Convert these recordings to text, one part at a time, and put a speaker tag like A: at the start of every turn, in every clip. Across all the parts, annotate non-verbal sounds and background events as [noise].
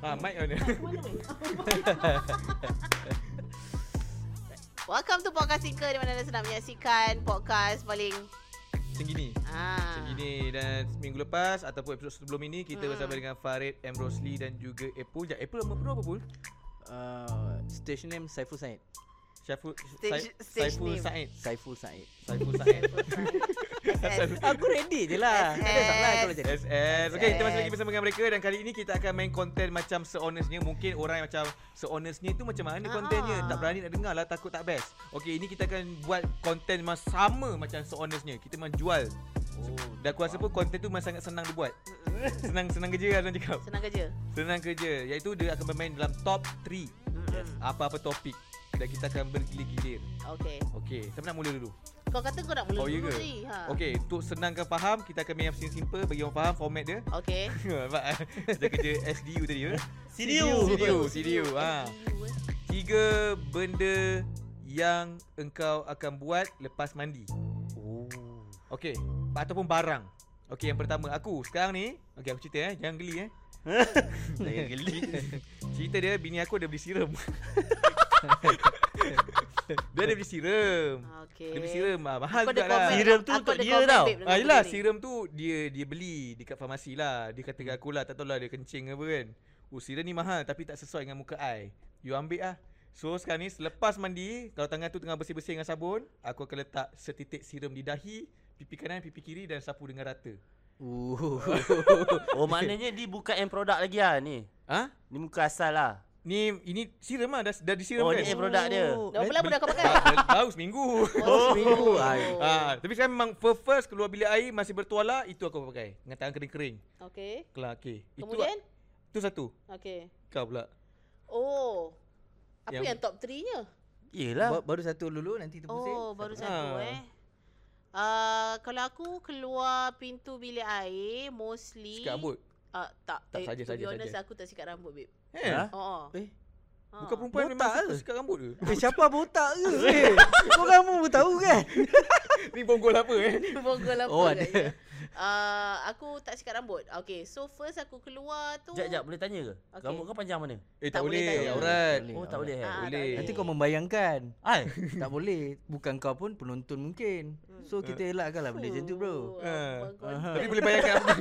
A: Tamat [laughs] kau ni.
B: [laughs] Welcome to Podcast Sika di mana anda sedang menyaksikan podcast paling
A: Macam gini.
B: ah. Ah.
A: Macam gini dan minggu lepas ataupun episod sebelum ini kita hmm. bersama dengan Farid M Rosli dan juga Apple. Jap Apple nama penuh apa pun?
C: Uh, station name Saiful Said.
A: Syaiful
B: Stage-
A: Sai-
B: stage
A: Saiful
B: name.
A: Said.
C: Saiful Said.
A: Saiful
B: [laughs]
A: Said.
C: Aku ready je lah. Tak ada salah kalau jadi.
A: SN Okay kita masih lagi bersama dengan mereka Dan kali ini kita akan main konten Macam se-honestnya Mungkin orang yang macam Se-honestnya tu macam mana kontennya
B: Ah.
A: Tak berani nak dengar lah Takut tak best Okay ini kita akan buat Konten yang sama Macam se-honestnya Kita memang jual
B: Oh.
A: Dan aku rasa pun konten tu Memang sangat senang
B: [laughs]
A: dibuat Senang-senang kerja lah orang cakap
B: Senang kerja
A: Senang kerja Iaitu dia akan bermain dalam top 3
B: Yes.
A: Apa-apa topik Dan kita akan bergilir-gilir
B: Okay
A: Okay Siapa nak mula dulu?
B: Kau kata kau nak mula
A: Oh ya
B: dulu
A: ke?
B: tadi ha.
A: Okay Untuk senangkan faham Kita akan main yang simple Bagi orang faham format dia
B: Okay
A: Nampak
C: [laughs]
A: eh? Kita kerja SDU tadi ya
C: CDU.
A: CDU CDU ha.
B: SDU, eh.
A: Tiga benda yang engkau akan buat lepas mandi
C: Oh.
A: Okey Ataupun barang Okey yang pertama Aku sekarang ni Okey aku cerita eh Jangan
C: [laughs]
A: geli eh
C: Saya geli.
A: [laughs] Cerita dia Bini aku ada beli
C: [laughs]
A: serum Dia ada beli serum
B: Okay
A: Dia beli serum ah, Mahal
B: Aku ada
A: juga lah
B: komen.
C: Serum tu
B: Aku
C: untuk
B: ada
C: dia
B: komen,
C: tau.
B: babe, dengan
A: Ah, yelah,
B: benda ni.
A: serum tu dia dia beli dekat farmasi lah. Dia kata kat
B: Hmm.
A: aku lah, tak tahulah dia kencing ke apa kan. Oh, serum ni mahal tapi tak sesuai dengan muka I. You ambil lah. So sekarang ni selepas mandi, kalau tangan tu tengah bersih-bersih dengan sabun, aku akan letak setitik serum di dahi, pipi kanan, pipi kiri dan sapu dengan rata.
C: Oh.
D: [laughs] Oh maknanya dia bukan end product lagi lah ni
A: Ha?
D: Ni muka asal lah
A: Ni ini serum lah dah dah disiram
D: Oh,
A: kan.
D: ni produk dia.
B: Dah berapa lama dah kau pakai?
A: Ba- ba- Baru seminggu.
B: Oh,
C: seminggu. Ai.
B: Oh.
A: [laughs] Ah, tapi sekarang memang first, first keluar bilik air masih bertuala itu aku pakai dengan tangan kering-kering.
B: Okay
A: Kelar okey. Itu lah.
B: Kemudian
A: itu satu.
B: Okay
A: Kau pula.
B: Oh Apa
A: Yang-
B: yang, top 3 nya?
D: Yelah
C: Baru satu dulu nanti tu pusing.
B: Oh baru
A: Ah.
B: satu eh Uh, kalau aku keluar pintu bilik air mostly
A: Sikat rambut.
B: Ah, tak.
A: Tak,
B: eh,
A: saja,
B: to be
A: saja,
B: honest
A: saja.
B: aku tak sikat rambut babe.
A: Eh,
D: Ha?
B: Oh.
C: Eh,
B: Ha.
A: bukan
B: [laughs]
A: perempuan
C: Botak
A: memang suka
C: ke?
A: sikat rambut ke?
C: Eh, siapa botak ke? Eh, kau kamu pun tahu kan?
A: [laughs] Ni bonggol apa eh?
B: [laughs] Bonggol apa
C: Oh,
B: oh,
C: ada.
B: ada. Uh, aku tak sikat rambut. Okay, so first aku keluar tu. Ah,
D: Sekejap, sekejap boleh tanya ke?
B: Okey.
D: Rambut kau panjang mana?
A: Eh
B: Tak
A: tak,
B: boleh
A: boleh,
B: tanya.
A: aurat.
C: Tak
D: Oh tak boleh eh?
B: Ah, tak
A: Boleh.
C: Nanti kau membayangkan.
D: Ai,
C: Tak boleh. Bukan kau pun penonton mungkin. So
B: Hmm.
C: kita elakkanlah benda macam tu bro.
A: Ah.
B: Uh,
A: Tapi boleh bayangkan [laughs] apa.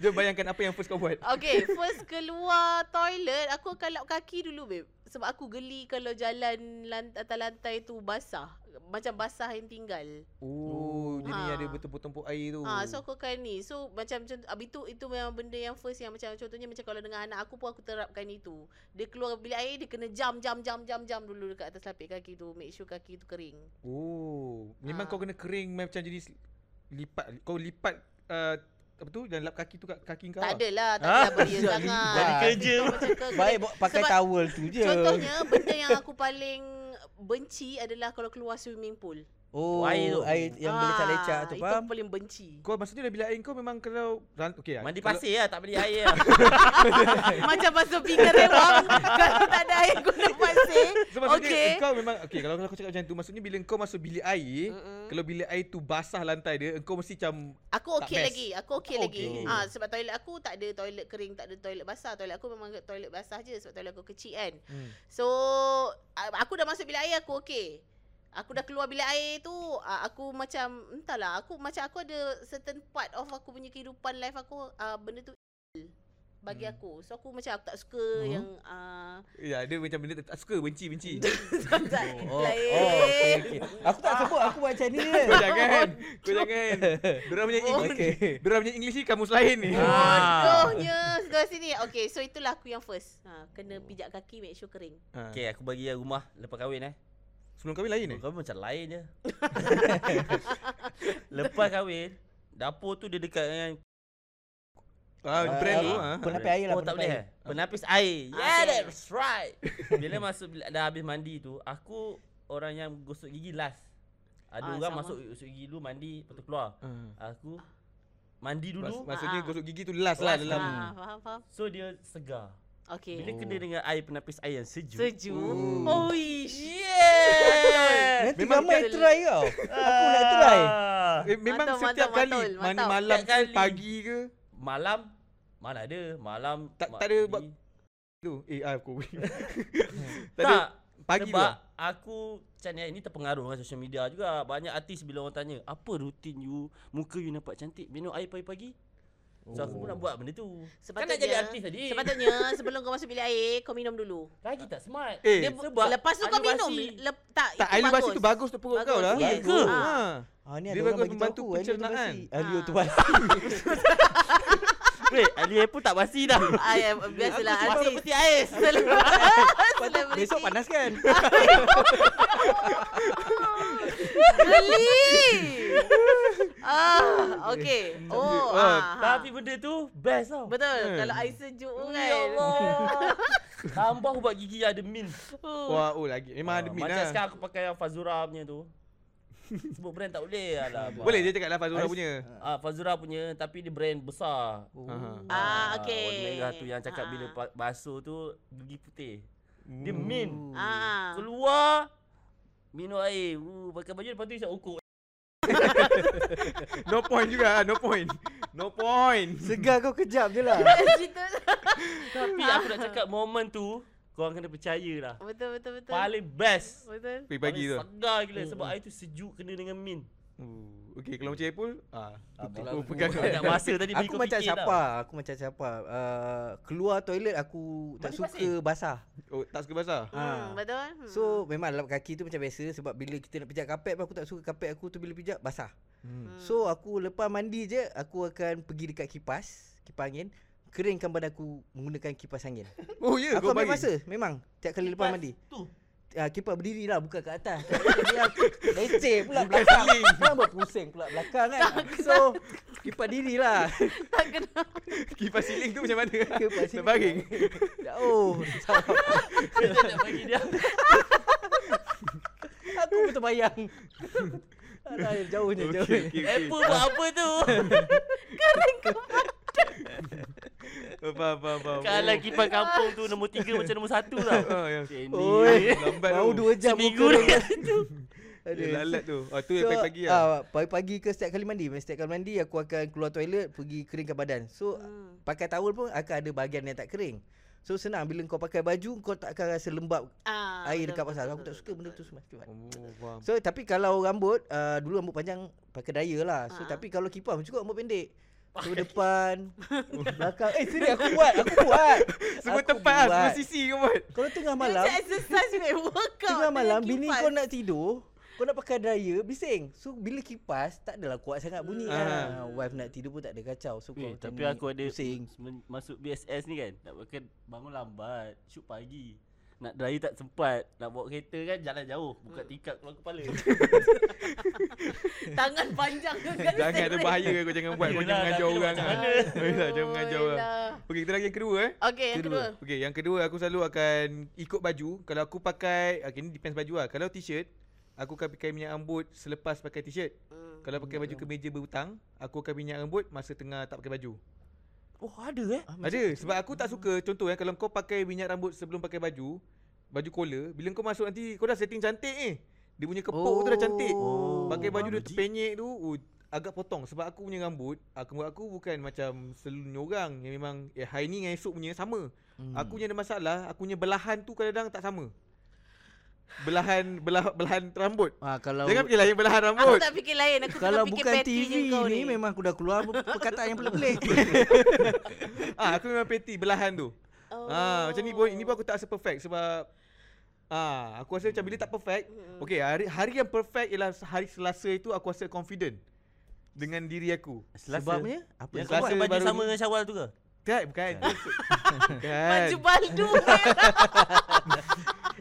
A: Jom bayangkan apa yang first kau buat.
B: okay, first keluar toilet, aku akan lap kaki dulu babe. Sebab aku geli kalau jalan lant- atas lantai tu basah. Macam basah yang tinggal.
A: Oh, jadi
B: Ha.
A: ada bertumpuk-tumpuk air tu.
B: Ha, so aku akan ni. So macam contoh, habis tu itu memang benda yang first yang macam contohnya macam kalau dengan anak aku pun aku terapkan itu. Dia keluar bilik air dia kena jam jam jam jam jam dulu dekat atas lapik kaki tu. Make sure kaki tu kering.
A: Oh,
B: Ha.
A: memang kau kena kering macam jadi lipat kau lipat uh, apa tu dan lap kaki tu kat kaki kau.
B: Tak
A: lah.
B: adalah, tak
A: Ah,
B: adalah beria
A: jadi-
B: sangat.
A: jadi
C: kerja.
B: Kau macam kau-
C: [laughs] Baik bawa- pakai
B: Sebab-
C: towel tu je.
B: Contohnya benda yang aku paling benci adalah kalau keluar swimming pool.
C: Oh,
D: Air
C: air,
D: tu.
C: air yang
B: Ah,
C: berlecak-lecak tu
B: itu
C: faham?
B: Itu paling
C: [laughs]
B: benci.
A: Kau maksudnya dah bilik air kau memang kalau ran- okey.
D: mandi
A: kalau-
D: pasir lah, tak beli air lah
B: Macam basuh pinggan rewang kalau tak ada air guna pasir.
A: So maksudnya
B: Okey.
A: okay. kau memang okey kalau kalau kau cakap macam tu maksudnya bila kau masuk bilik air
B: Mm-mm.
A: kalau bilik air tu basah lantai dia engkau mesti macam
B: Aku
A: Tak
B: okey
A: best.
B: lagi. Aku okey
A: Aku
B: lagi.
A: okey.
B: Ah ha, sebab toilet aku tak ada toilet kering, tak ada toilet basah. Toilet aku memang toilet basah je sebab toilet aku kecil kan.
A: hmm.
B: So a- aku dah masuk bilik air aku okey. Aku dah keluar bilik air tu ah, aku macam entahlah aku macam aku ada certain part of aku punya kehidupan life aku ah, benda tu bagi
A: Hmm.
B: aku. So aku macam aku tak suka
C: Hmm.
B: yang ah
A: Ya, dia macam benda tak suka, benci,
D: [laughs]
A: benci.
B: tak
C: Oh, oh okey
B: lain.
C: okey. Aku
B: Ah.
C: tak sebut aku buat macam ni
B: [laughs]
C: je.
A: Kau jangan. Kau
D: [laughs]
A: jangan. Diorang punya English.
C: Okey.
A: Diorang punya English ni kamus lain ni.
D: ah.
B: Bodohnya sebelah sini. Okay, so itulah aku yang first. Ha, kena pijak kaki make sure kering.
A: Ha.
D: Okay aku bagi yang rumah lepas kahwin eh
A: Sebelum kahwin lain ni.
D: Kau macam lain je [laughs] Lepas kahwin Dapur tu dia dekat dengan
A: Ah, brand tu
D: ah,
A: ah.
C: Penapis air lah.
D: Oh tak boleh eh?
C: penapis
D: Penapis air
B: Ah,
D: Yeah
B: okay.
D: that's right [laughs] Bila masuk bila dah habis mandi tu Aku orang yang gosok gigi last Ada
B: Ah,
D: orang
B: sama.
D: masuk gosok gigi dulu mandi Lepas tu keluar
C: Hmm.
A: Ah.
D: Aku mandi
A: Mas,
D: dulu
A: maksudnya
B: ah.
A: gosok gigi tu last lah
D: Last
A: dalam.
B: Ha, faham faham.
D: So dia segar Bila
C: Eh.
B: Okay.
D: kena dengan air penapis air yang sejuk
B: Sejuk. Oh,
A: Oh.
B: ish.
C: air.
D: Yeah
C: Nanti
A: Memang
C: mama
B: betul.
C: try kau. Aku nak
B: Ah.
C: try.
A: Eh, memang
D: Ah.
B: Mantau,
A: setiap
B: mantau,
A: kali
B: mantau,
A: mandi
B: mantau.
A: malam ke
D: Setiap kali.
A: pagi ke
D: Malam Malam ada, malam
A: Tak-
D: ma-
A: tak ada
D: pergi.
A: buat- Tu, eh
D: [laughs]
A: aku.
D: Tak,
A: Tadi pagi
D: sebab
A: lah.
D: aku macam ni, ni terpengaruh dengan social media juga. Banyak artis bila orang tanya, apa rutin you, muka you nampak cantik, minum air pagi-pagi? So aku pun
A: Oh.
D: nak buat benda tu. Kan nak jadi
B: Sepatutnya-
D: artis tadi.
B: Sepatutnya sebelum kau masuk bilik air kau minum dulu.
D: Lagi tak smart.
A: Eh,
D: Dia sebab
A: [laughs]
B: Lepas tu kau
D: air
B: minum.
D: basi.
B: Lep, tak,
A: Tak, air basi tu bagus untuk perut
B: Bagus,
A: kau lah.
B: yes.
A: Bagus.
D: Ke?
A: Ha.
C: Ah,
E: Ha ni ada
A: Dia
E: orang
A: bagus
E: bagi
A: membantu
E: tahu
C: eh,
E: aku, Alio tu
A: pencernaan.
E: basi. Alio tu
B: Ah.
E: basi.
B: [laughs]
D: Weh, Alia pun tak basi dah.
B: Ah, ya, biasalah
D: Aku
B: artis.
D: masuk peti
B: [laughs]
D: ais.
B: Selebriti.
F: Besok panas kan?
B: Geli. Ah, okey. Oh,
A: Ah,
B: ah.
D: [laughs] Tapi benda tu best tau.
B: Betul.
A: Hmm.
B: Kalau air sejuk
D: Oh,
B: kan.
D: Ya Allah. Tambah ubat gigi ada min.
B: Oh.
A: Wah, oh lagi. Memang ada min
D: Ah, Macam
A: lah.
D: sekarang aku pakai yang Fazura punya tu.
A: [laughs]
D: Sebut brand tak boleh lah.
A: Boleh je cakap lah Fazura
F: Ais-
A: punya.
D: Ah, Fazura punya tapi dia brand besar.
A: Ha.
B: Ah, okey.
D: Warna merah tu yang cakap
B: Ah.
D: bila pa- basuh tu gigi putih. Dia min.
C: Oh.
B: Ah. [laughs]
D: Keluar minum air. Uh, pakai baju lepas tu isap ukuk.
A: No point juga, no point. No point.
E: Segar kau kejap je lah.
B: Cerita
D: Tapi aku nak cakap momen tu korang kena percaya lah.
B: betul betul betul.
D: Paling best.
B: Betul.
A: Pergi pagi tu.
D: Paling segar gila sebab air tu sejuk kena dengan min.
A: Uh, Okay, kalau macam Apple, ah, putih.
D: kalau
A: Oh,
D: aku
A: pegang.
D: banyak masa tadi bagi
F: Aku
D: kau
F: macam
D: fikir
F: siapa?
D: tau.
F: Aku macam siapa? Uh, keluar toilet aku tak
D: Mandi
F: suka basah.
A: Oh, tak suka basah.
B: Hmm,
F: Ha.
B: betul. Hmm.
F: So memang lap kaki tu macam biasa sebab bila kita nak pijak kapet pun aku tak suka kapet aku tu bila pijak basah.
A: Hmm.
F: So aku lepas mandi je aku akan pergi dekat kipas, kipas angin, keringkan badan aku menggunakan kipas
D: [laughs]
F: angin.
A: Oh, ya,
F: aku
A: kau
F: ambil
A: bagi.
F: masa memang tiap kali lepas
D: Kipas
F: mandi.
D: Tu.
F: Ah, kipas berdiri lah bukan kat atas. Kat atas ni aku [laughs] Leceh pula belakang. Memang berpusing pula belakang kan. So kipas diri lah.
D: [laughs]
B: tak kena.
A: [laughs] Kipas siling tu macam mana?
F: [laughs]
A: Tak
F: Kipas siling.
A: baring.
F: Jauh.
D: Kita nak bagi dia.
F: Aku pun terbayang. Alah, jauhnya,
A: Okey,
F: jauhnya.
A: okey, okey.
D: Apple buat apa tu?
A: Faham, faham, faham.
D: Kalau
A: Oh.
D: kipas kampung tu nombor 3 macam nombor 1 tau.
A: Ah, ya.
D: Ini.
F: Oi,
A: Lambat
F: baru
A: tu.
F: dua jam
D: Seminggu
F: muka
D: dia
F: dah-
A: [laughs]
F: Aduh.
A: Dia lalat tu. Ah, tu
F: So,
A: pagi-pagi lah.
F: ah, pagi-pagi ke setiap kali mandi, setiap kali mandi aku akan keluar toilet, pergi keringkan badan. So
B: Hmm.
F: pakai towel pun akan ada bahagian yang tak kering. So senang bila kau pakai baju kau tak akan rasa lembab
B: Ah, betul,
F: air dekat
B: betul, betul,
F: pasal. Aku tak
B: betul,
F: suka benda
B: betul.
F: tu semua.
A: Oh, faham.
F: So tapi kalau rambut uh, dulu rambut panjang pakai daya lah. So
B: Ah.
F: tapi kalau kipas cukup rambut pendek. So depan belakang. Eh serius aku buat, aku buat.
A: Semua
F: Aku
A: tempat lah, semua
F: buat.
A: sisi kau buat.
F: Kalau tengah
B: Dia
F: malam,
B: macam exercise babe workout.
F: tengah
B: dengan
F: malam bini
B: kipas.
F: kau nak tidur, kau nak pakai daya bising. So bila kipas tak adalah kuat sangat bunyi
A: Hmm.
F: ah. Wife nak tidur pun tak ada kacau. So
D: Eh,
F: kau
D: tapi
F: macam ni,
D: aku ada
F: pusing.
D: men- masuk BSS ni kan nak pakai bangun lambat, shoot pagi. Nak dry tak sempat, nak bawa kereta kan jalan jauh, buka tingkap keluar [laughs] kepala.
B: tangan panjang
A: [laughs]
B: dekat
A: Jangan ada bahaya kau jangan buat. Kau
D: Yelah,
A: jangan mengajar
D: nanti
A: orang
D: macam
A: lah.
D: mana?
A: Yelah, jangan mengajar orang. Okey, kita lagi yang kedua eh.
B: Okey, yang kedua.
A: Okey, yang kedua aku selalu akan ikut baju. Kalau aku pakai, okey ni depends baju lah. Kalau t-shirt, aku akan pakai minyak rambut selepas pakai t-shirt.
B: Hmm.
A: Kalau pakai baju kemeja berhutang, aku akan minyak rambut masa tengah tak pakai baju.
D: Oh, ada eh?
F: Ah, macam-
A: Ada, sebab aku tak suka contoh eh kalau kau pakai minyak rambut sebelum pakai baju, baju kola, bila kau masuk nanti kau dah setting cantik ni. Eh. Dia punya kepok tu dah cantik.
F: Oh.
A: Pakai baju dia
D: Logik.
A: terpenyek tu uh, agak potong sebab aku punya rambut, aku rambut aku bukan macam selalunya orang yang memang eh, hari ni dengan esok punya sama.
F: Hmm.
A: Aku punya ada masalah, aku punya belahan tu kadang-kadang tak sama. Belahan belah belahan rambut.
F: ah, kalau
A: Jangan fikir lain belahan
B: Aku
A: rambut.
B: tak fikir lain. Aku
F: kalau
B: tengah fikir
F: bukan
B: petty je
F: TV
B: kau
F: ni, memang aku dah keluar pe- perkataan yang pelik-pelik.
A: Ah, aku memang peti belahan tu.
B: Oh.
A: Ah, macam ni pun ini pun aku tak rasa perfect sebab ah, aku rasa macam bila tak perfect,
B: Mm-mm.
A: okay hari hari yang perfect ialah hari Selasa itu aku rasa confident dengan diri aku.
F: Sebabnya apa
D: Yang
A: Selasa
F: yang
D: kau pakai
F: kau buat?
D: baju
A: baru
D: sama
A: ni.
D: dengan Syawal tu ke?
A: Tak, Kan? bukan.
B: [laughs]
A: Kan? bukan.
B: Kan. Baju
A: [laughs]
B: eh, baldu merah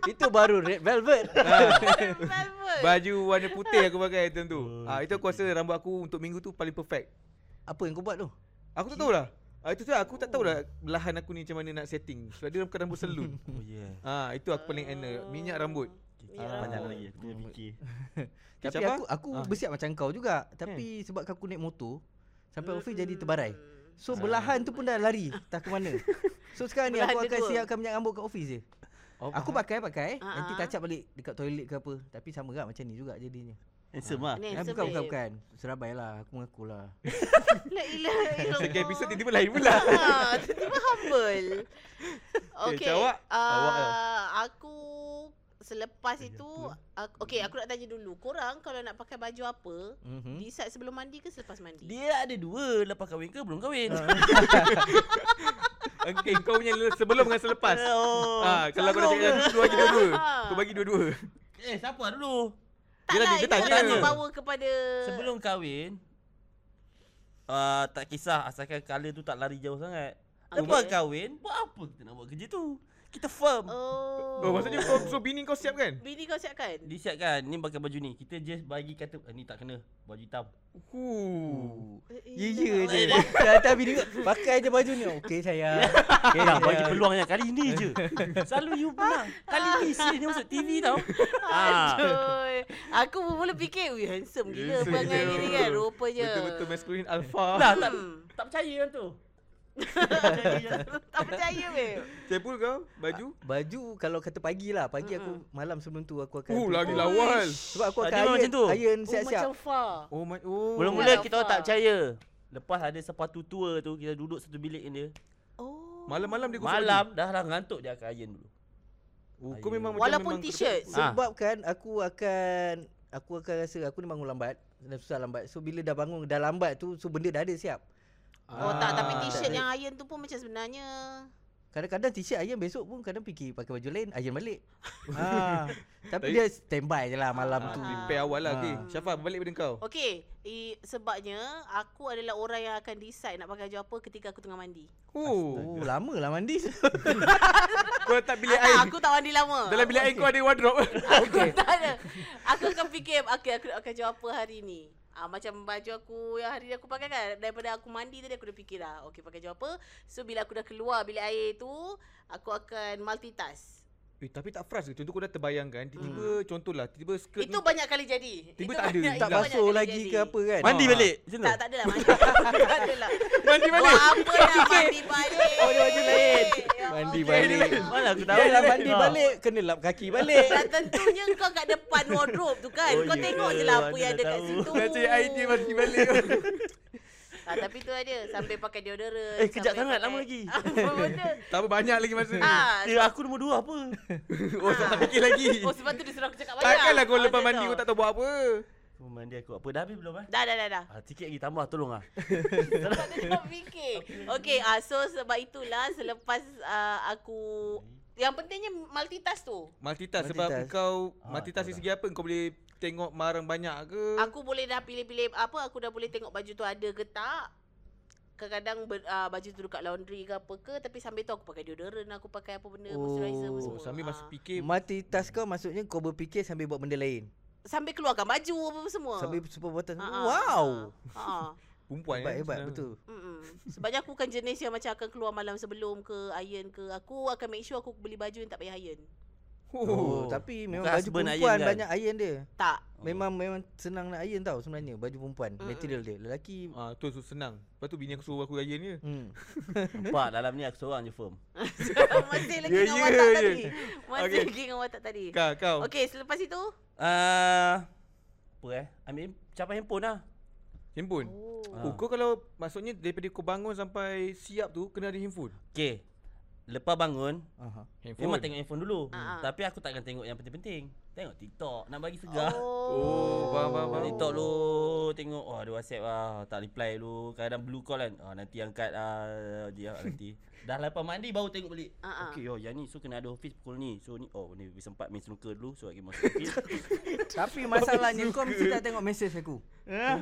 F: Itu baru red velvet.
B: velvet.
A: Baju warna putih aku pakai time
B: Oh,
A: tu. Ah, itu aku rasa rambut aku untuk minggu tu paling perfect.
F: [laughs] apa yang kau buat tu?
A: Aku tak tahulah. Ah, itu tu lah, aku tak tahulah belahan aku ni macam mana nak setting. Sebab dia bukan rambut selun.
D: Oh yeah.
A: ah, itu aku paling anal. Minyak rambut.
B: Minyak
A: Ah.
D: Panjang
B: rambut.
D: lagi aku tengah fikir.
A: Okay,
F: Tapi
A: Syabah?
F: aku aku
A: Ah.
F: bersiap macam kau juga. Tapi sebab aku naik motor sampai office jadi terbarai.
B: Hmm.
F: So belahan tu pun dah lari tak ke mana. So sekarang ni
B: Belahan
F: aku
B: dia
F: akan
B: dua.
F: siapkan minyak rambut kat office je. Aku pakai pakai
B: Ah,
F: nanti
B: ah.
F: touch up balik dekat toilet ke apa. Tapi sama juga macam ni juga jadinya.
D: Handsome lah
B: Ni
F: Eh,
B: handsome
F: bukan, bukan,
B: babe.
F: bukan. Serabai lah. Aku mengaku lah.
B: La ilaha illallah.
A: Second episode tiba-tiba lain
B: [laughs]
A: pula.
B: Ha, tiba-tiba humble. Okay.
A: macam awak?
B: ah,
A: Awak
B: aku selepas itu, aku, okay aku nak tanya dulu. Korang kalau nak pakai baju apa,
A: Hmm?
F: Mm-hmm.
B: decide sebelum mandi ke selepas mandi?
D: Dia ada dua Lepas kahwin ke belum kahwin
A: Okay, kau punya le- sebelum dengan selepas.
D: Oh.
A: Ah, kalau kau nak cakap tadi, dua lagi dua-dua.
B: Ah.
A: Kau bagi dua-dua.
D: [laughs] Eh siapa lah dulu
B: tak lah,
A: Dia lagi- dia
B: ini
A: tanya.
B: akan membawa kepada...
D: Sebelum kahwin uh, Tak kisah asalkan colour tu tak lari jauh sangat
B: Okay.
D: Lepas kahwin Buat apa kita nak buat kerja tu Kita firm
B: Oh.
A: Oh, maksudnya kau so bini kau siap kan?
B: Bini kau siapkan?
D: Dia siapkan Ni pakai baju ni Kita just bagi kata ah, Ni tak kena Baju [laughs] hitam
A: Huh.
B: Eh,
F: Ya, ya je.
D: Lain,
F: Dah hantar bini kau. Pakai je baju ni. Okey sayang. [laughs]
D: Okay lah bagi peluang yang kali ni je eh, [laughs] Selalu you menang Kali ni serius ni masuk TV tau [laughs] ah.
B: Aduh. Aku pun mula fikir, wih handsome gila
A: Handsome
B: perangai
A: gila.
B: dia ni kan. Rupanya.
A: Betul-betul maskulin alpha.
D: [laughs] Dah tak,
B: Hmm.
D: tak percaya kan tu
B: tak percaya babe.
A: Cepul kau baju?
F: Baju kalau kata pagi lah. Pagi aku malam sebelum tu aku akan.
A: Uh,
F: tu-
A: lagi lawan.
F: Sebab aku
D: Ah,
F: akan
D: dia memang
F: iron,
D: macam tu.
F: iron
B: Oh,
F: siap-siap.
B: macam far.
A: Oh my oh.
D: Mula-mula
B: Dah
D: kita orang tak
B: faham.
D: percaya Lepas ada sepatu tua tu Kita duduk satu bilik dengan dia
B: Oh.
A: malam-malam dia gosok baju.
D: Malam dah lah ngantuk dia akan iron dulu
A: Oh, kau memang macam
B: Walaupun
A: memang-
B: t-shirt.
D: Ah.
F: Sebab kan aku akan aku akan rasa aku ni bangun lambat dan susah lambat. So bila dah bangun dah lambat tu so benda dah ada siap.
B: Oh tak, tapi
A: Ah.
B: t-shirt yang iron tu pun macam sebenarnya
F: Kadang-kadang t-shirt ayam besok pun kadang fikir pakai baju lain ayam balik. ha. Tapi dia standby je lah malam
A: Ah,
F: tu.
A: prepare awal lah. Okay.
F: Ah.
A: Syafa, balik pada kau.
B: Okay, i, sebabnya aku adalah orang yang akan decide nak pakai baju apa ketika aku tengah mandi
A: Oh.
F: Oh, lama lah mandi.
A: Kau letak bilik
B: Bilik
A: air.
B: Aku tak mandi lama
A: Dalam bilik air kau ada wardrobe.
B: Aku tak ada Aku akan fikir, okay aku nak pakai baju apa hari ni Ah macam baju aku yang hari ni aku pakai kan Daripada aku mandi tadi aku dah fikir dah Okay pakai baju apa So bila aku dah keluar bilik air tu Aku akan multitask
A: [laughs] Eh, tapi tak fras ke? Contoh kau dah terbayangkan, tiba-tiba contolah, tiba-tiba skirt
B: Hmm. Itu banyak kali jadi Itu
A: Tiba tak ada,
B: banyak-
A: tak
F: [laughs]
B: itu
F: tak
B: banyak
F: basuh
B: kali
F: lagi
B: jadi.
F: ke apa kan.
D: Eh, Mandi
A: Ah.
D: balik Macam tu
B: Tak, tak adalah mandi. tak adalah.
A: Mandi balik.
B: Buat apa nak mandi balik?
F: Oh, dia mandi balik.
B: Ya
F: Mandi
B: Allah.
F: balik.
D: [laughs] Mana aku tahu
F: Dah lah mandi
D: Ah.
F: balik kena lap kaki
B: [laughs]
F: balik.
B: Dan tentunya kau kat depan wardrobe tu kan.
D: Oh,
B: kau
D: ya
B: tengok
D: ke?
B: je lah apa
D: Mana
B: yang ada
D: dah
B: kat
D: tahu.
B: situ.
A: Nak cari idea mandi balik.
B: Ah, tapi tu ada sambil pakai deodorant.
D: Eh, kejap
B: sambil pakai-
D: sangat, lama lagi.
B: [laughs] Apa benda?
A: [laughs] [laughs] tak apa banyak lagi masa.
B: Ah,
D: Ya aku nombor dua [laughs] apa
A: [laughs] Oh, tak tak fikir lagi.
B: oh sebab tu dia suruh aku cakap banyak.
A: Takkanlah kau
B: Ah,
A: lepas
B: tu
A: mandi
B: tau.
A: kau tak tahu buat apa.
D: Oh, Mandi aku apa Dah habis belum eh
B: Dah dah dah [laughs] dah.
D: ah, Sikit lagi tambah tolong [laughs] lah
B: Tak ada nak fikir. Okey, ah so sebab itulah selepas ah, aku yang pentingnya multitask tu.
A: Multitask sebab
F: Multitask.
A: kau
D: Ah,
A: multitask
D: tahu
A: dari segi apa? Kau boleh tengok marang banyak ke?
B: Aku boleh dah pilih-pilih apa aku dah boleh tengok baju tu ada ke tak. Kadang-kadang ber, uh, baju tu dekat laundry ke apa ke tapi sambil tu aku pakai deodorant, aku pakai apa benda
F: Oh,
B: moisturizer apa
A: Oh,
B: semua.
A: sambil masih
B: Ah.
A: fikir.
F: Multitask kau maksudnya kau berfikir sambil buat benda lain.
B: sambil keluarkan baju apa semua.
F: Sambil super
B: Ah,
F: botol.
B: ah,
F: Wow.
B: ah,
A: eh,
B: ah.
A: Perempuan
F: Hebat
A: eh,
F: hebat
A: senang.
F: betul.
B: Mm-mm. Sebabnya aku bukan jenis yang macam akan keluar malam sebelum ke iron ke. Aku akan make sure aku beli baju yang tak payah iron.
A: Oh. [laughs]
F: Oh, tapi memang
D: Bukan
F: baju
D: husband iron
F: perempuan
D: kan?
F: banyak iron dia.
B: Tak. [laughs]
F: Memang memang senang nak iron tau sebenarnya baju perempuan material dia. Lelaki
A: Ah, tu tu senang. Lepas tu bini aku suruh aku raya ni.
F: hmm.
D: Nampak dalam ni aku seorang je firm
B: Masih lagi
A: Ya,
B: dengan
A: ya,
B: watak
A: ya.
B: tadi. Masih
A: Okey.
B: lagi dengan watak tadi.
A: Kau kau.
B: Okey, selepas itu
D: Ah, Apa eh Ambil capai handphone lah
A: Handphone.
B: Oh.
D: Ha.
F: Ah.
A: Oh, kau kalau maksudnya daripada kau bangun sampai siap tu kena ada handphone.
D: Okay Lepas bangun
A: [laughs]
F: Aha.
A: Handphone.
D: Memang tengok handphone dulu
B: Ah, ah.
D: Tapi aku takkan tengok yang penting-penting Tengok TikTok Nak bagi segar
A: Ya. Oh, faham faham.
D: Oh.
A: faham.
D: TikTok dulu Tengok Oh ada whatsapp lah Tak reply dulu Kadang blue call kan ah, Nanti angkat ah, dia
B: [laughs]
D: nanti Dah lepas mandi baru tengok balik
B: Ah, ah.
D: Okay oh yang ni So kena ada office pukul ni So ni oh ni sempat main snooker dulu So lagi masuk
F: [laughs]
D: office
F: Tapi masalahnya kau mesti tak tengok mesej aku.
B: Ya.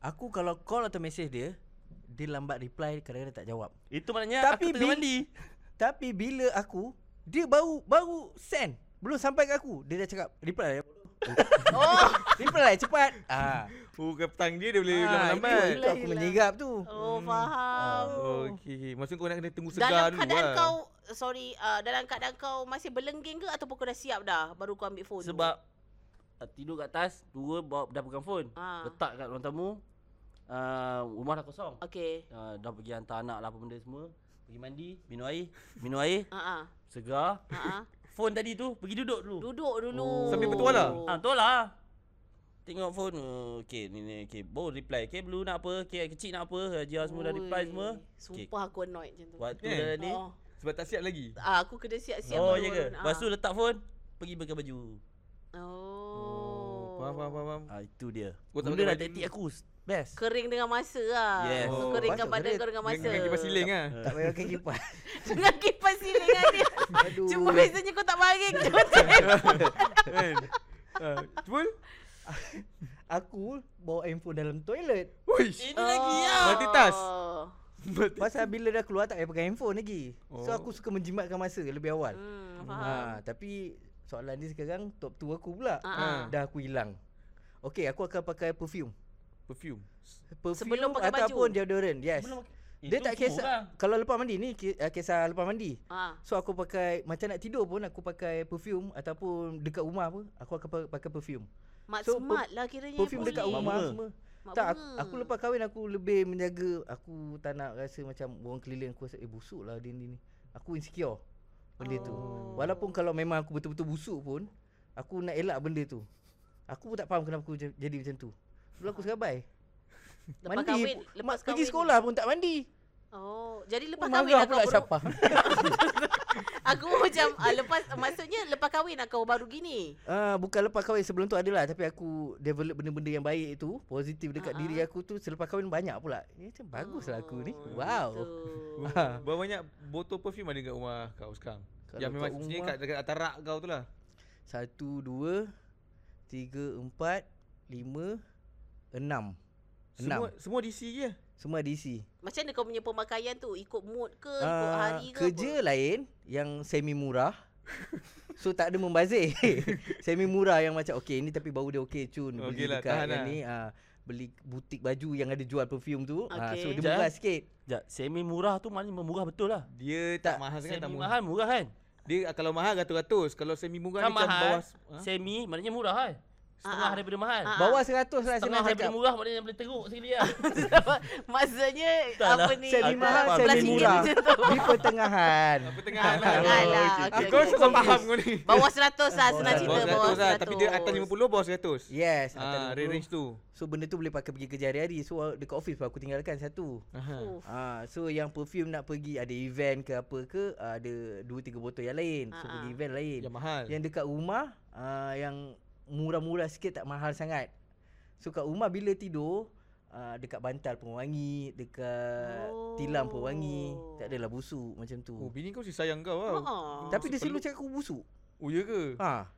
F: Aku kalau call atau mesej dia, dia lambat reply kadang-kadang tak jawab.
D: Itu maknanya
B: Ya,
F: Tapi
D: aku tengah
F: bi-
D: mandi
F: Tapi bila aku, dia baru baru send. Belum sampai ke aku, dia dah cakap
B: [laughs]
F: reply. [laughs]
B: Oh.
F: reply cepat. Ah.
A: Oh, ke petang dia dia boleh
F: Ah,
A: lambat-lambat.
F: Itu, itu aku
B: Yelah, yelah.
F: menyigap tu.
B: Oh, faham.
A: Okey, maksud kau nak kena tunggu Hmm. Ah, segar
B: Dalam
A: dulu
B: keadaan
A: lah.
B: kau sorry, uh, dalam keadaan kau masih berlengging ke ataupun kau dah siap dah baru kau ambil phone? tu?
D: Sebab ah, Tidur kat atas Dua bawa, dah pegang phone
B: Ah.
D: Letak kat ruang tamu uh, Rumah dah kosong
B: okey.
D: uh, Dah pergi hantar anak lah apa benda semua Pergi mandi Minum air Minum air
B: Ha ah.
D: Segar
B: Ha ah.
D: Phone tadi tu Pergi duduk dulu
B: Duduk dulu.
A: Sambil bertuala?
D: Ah, tu lah Tengok phone uh, Okay ni ni Okay Baru reply Okay blue nak apa Okay kecil nak apa Haji semua dah reply semua Okay
B: Sumpah aku annoyed macam tu.
D: Waktu
A: Eh.
D: dah ni
B: Oh.
A: Sebab tak siap lagi
B: Ah, aku kena siap-siap
D: Oh
B: baru
D: ya ke
B: on.
D: Lepas
B: Ah.
D: tu letak phone Pergi pakai baju
B: Oh.
A: Faham faham faham, faham
D: Ah Itu dia
A: Kau tak
D: Guna
A: pakai
D: lah
A: baju.
D: taktik aku Best
B: Kering dengan masa lah.
D: Yes.
B: Kau
A: Oh,
B: keringkan
F: patut
B: badan
F: kering.
B: kau dengan masa.
A: Dengan kipas siling lah
F: Tak payah pakai
B: [laughs]
F: kipas.
B: Dengan kipas siling kan dia.
F: [laughs] Aduh.
B: Cuma biasanya kau tak baring. Kau tak-
A: Kan Ah, Betul
F: Aku bawa handphone dalam toilet.
A: Uish
D: Ini
F: Oh.
D: lagi
B: ya.
D: lah
A: Multitask.
B: Oh.
F: Pasal bila dah keluar tak payah pakai handphone lagi. So
A: Oh.
F: aku suka menjimatkan masa lebih awal.
B: Hmm, faham.
F: Ha, tapi soalan dia sekarang top 2 aku pula. Ha,
B: Ah, ah.
F: Dah aku hilang. Okey, aku akan pakai perfume.
A: Perfume
F: Perfume
B: Sebelum pakai baju. Eh,
F: ataupun deodorant. Yes.
D: Belum-
F: Dia
D: Itu
F: tak
D: full
F: kisah.
D: lah.
F: Kalau lepas mandi ni ki- ah, kisah lepas mandi.
B: Ah.
F: So aku pakai macam nak tidur pun aku pakai perfume ataupun dekat rumah apa aku akan pa- pakai perfume.
B: Mak
F: So,
B: smart lah kiranya.
F: Perfume
B: boleh.
F: dekat
D: Mak
F: rumah
D: bunga.
F: semua.
B: Mak
F: tak aku,
B: bunga.
F: aku lepas kahwin aku lebih menjaga aku tak nak rasa macam orang keliling aku rasa eh busuk lah dia ni. ni." Aku insecure benda tu.
B: Oh.
F: Walaupun kalau memang aku betul-betul busuk pun aku nak elak benda tu. Aku pun tak faham kenapa aku ja- jadi macam tu. Dulu aku serabai.
B: Lepas kahwin,
F: pu-
B: lepas
F: mak pergi
B: kahwin ni.
F: sekolah pun tak mandi.
B: Oh, jadi lepas
F: Lepas
B: kahwin lah
F: Marah
B: kau
F: pula
B: baru
F: siapa. [laughs]
B: aku macam ah, lepas maksudnya lepas kahwin lah kau baru gini.
F: Ah, bukan lepas kahwin sebelum tu adalah tapi aku develop benda-benda yang baik tu, positif
B: Ah,
F: dekat uh-huh. diri aku tu selepas kahwin banyak pula. Eh, macam baguslah aku ni.
B: Oh,
F: Wow.
B: gitu.
A: Berapa banyak botol perfume ada kat rumah kau sekarang Yang
F: Kalau kat
A: Ya, memang sebenarnya
F: rumah-
A: kat, dekat atas rak kau tu lah
F: Satu, dua, tiga, empat, lima, enam.
A: Semua
F: Enam.
A: semua DC je
F: Semua DC.
B: Macam mana kau punya pemakaian tu? Ikut mood ke, ikut
F: Ah,
B: hari ke
F: kerja lain yang semi murah. [laughs] so tak ada membazir. [laughs] semi murah yang macam okey ni tapi baru dia okey cun
A: Okey lah, tahan
F: yang
A: lah.
F: ni ah, beli butik baju yang ada jual perfume tu. Ah, so
B: Okey.
F: dia
D: Sekejap,
F: murah
D: eh.
F: sikit.
D: Sekejap Semi murah tu maknanya murah betul lah
A: Dia tak, mahal sangat tak
D: Semi
A: murah
D: mahal murah kan
A: Dia ah, kalau mahal ratus-ratus Kalau semi murah
D: Kan
A: ni macam
D: mahal
A: bawah ha?
D: Semi maknanya murah kan Setengah
B: Ah, ah.
D: daripada mahal
B: Ah,
F: Bawah 100 lah
D: Setengah
F: senang
D: daripada
F: cakap.
D: murah maknanya boleh teruk sekali lah
B: apa? [laughs] Maksudnya
D: Tak
B: apa
D: lah.
B: ni?
F: Semi
D: Aku
F: mahal,
D: faham.
F: semi
B: Belas ringgit
F: murah.
B: macam
F: Di pertengahan.
A: [laughs] Pertengahan lah
B: Pertengahan lah,
A: Oh, okey,
B: okey,
A: okey. Kau
B: okey.
A: susah faham kau ni
B: Bawah 100 lah senang
F: Bawah
B: cerita
A: Bawah
B: bawah
A: 100 lah
B: 100.
A: Tapi dia atas 50 bawah 100
F: Yes,
A: Ah,
F: atas
A: range
F: 50.
A: range tu
F: So benda tu boleh pakai pergi kerja hari-hari. So uh, dekat office pun aku tinggalkan satu.
A: Aha.
B: Uf.
F: Ah, so yang perfume nak pergi ada event ke apa ke, ah, ada dua tiga botol yang lain. So
B: Ah,
F: pergi
B: ah.
F: event lain.
A: Yang mahal
F: Yang dekat rumah ah, yang murah-murah sikit tak mahal sangat. So kat rumah bila tidur ah, dekat bantal pun wangi, dekat
B: Oh.
F: Uh, tilam pun wangi. Tak adalah busuk macam tu.
A: Oh bini kau si sayang kau
B: Ha.
A: tau
F: Tapi dia
A: Perlu-
F: selalu cakap aku busuk.
A: Oh ya ke
F: Ha.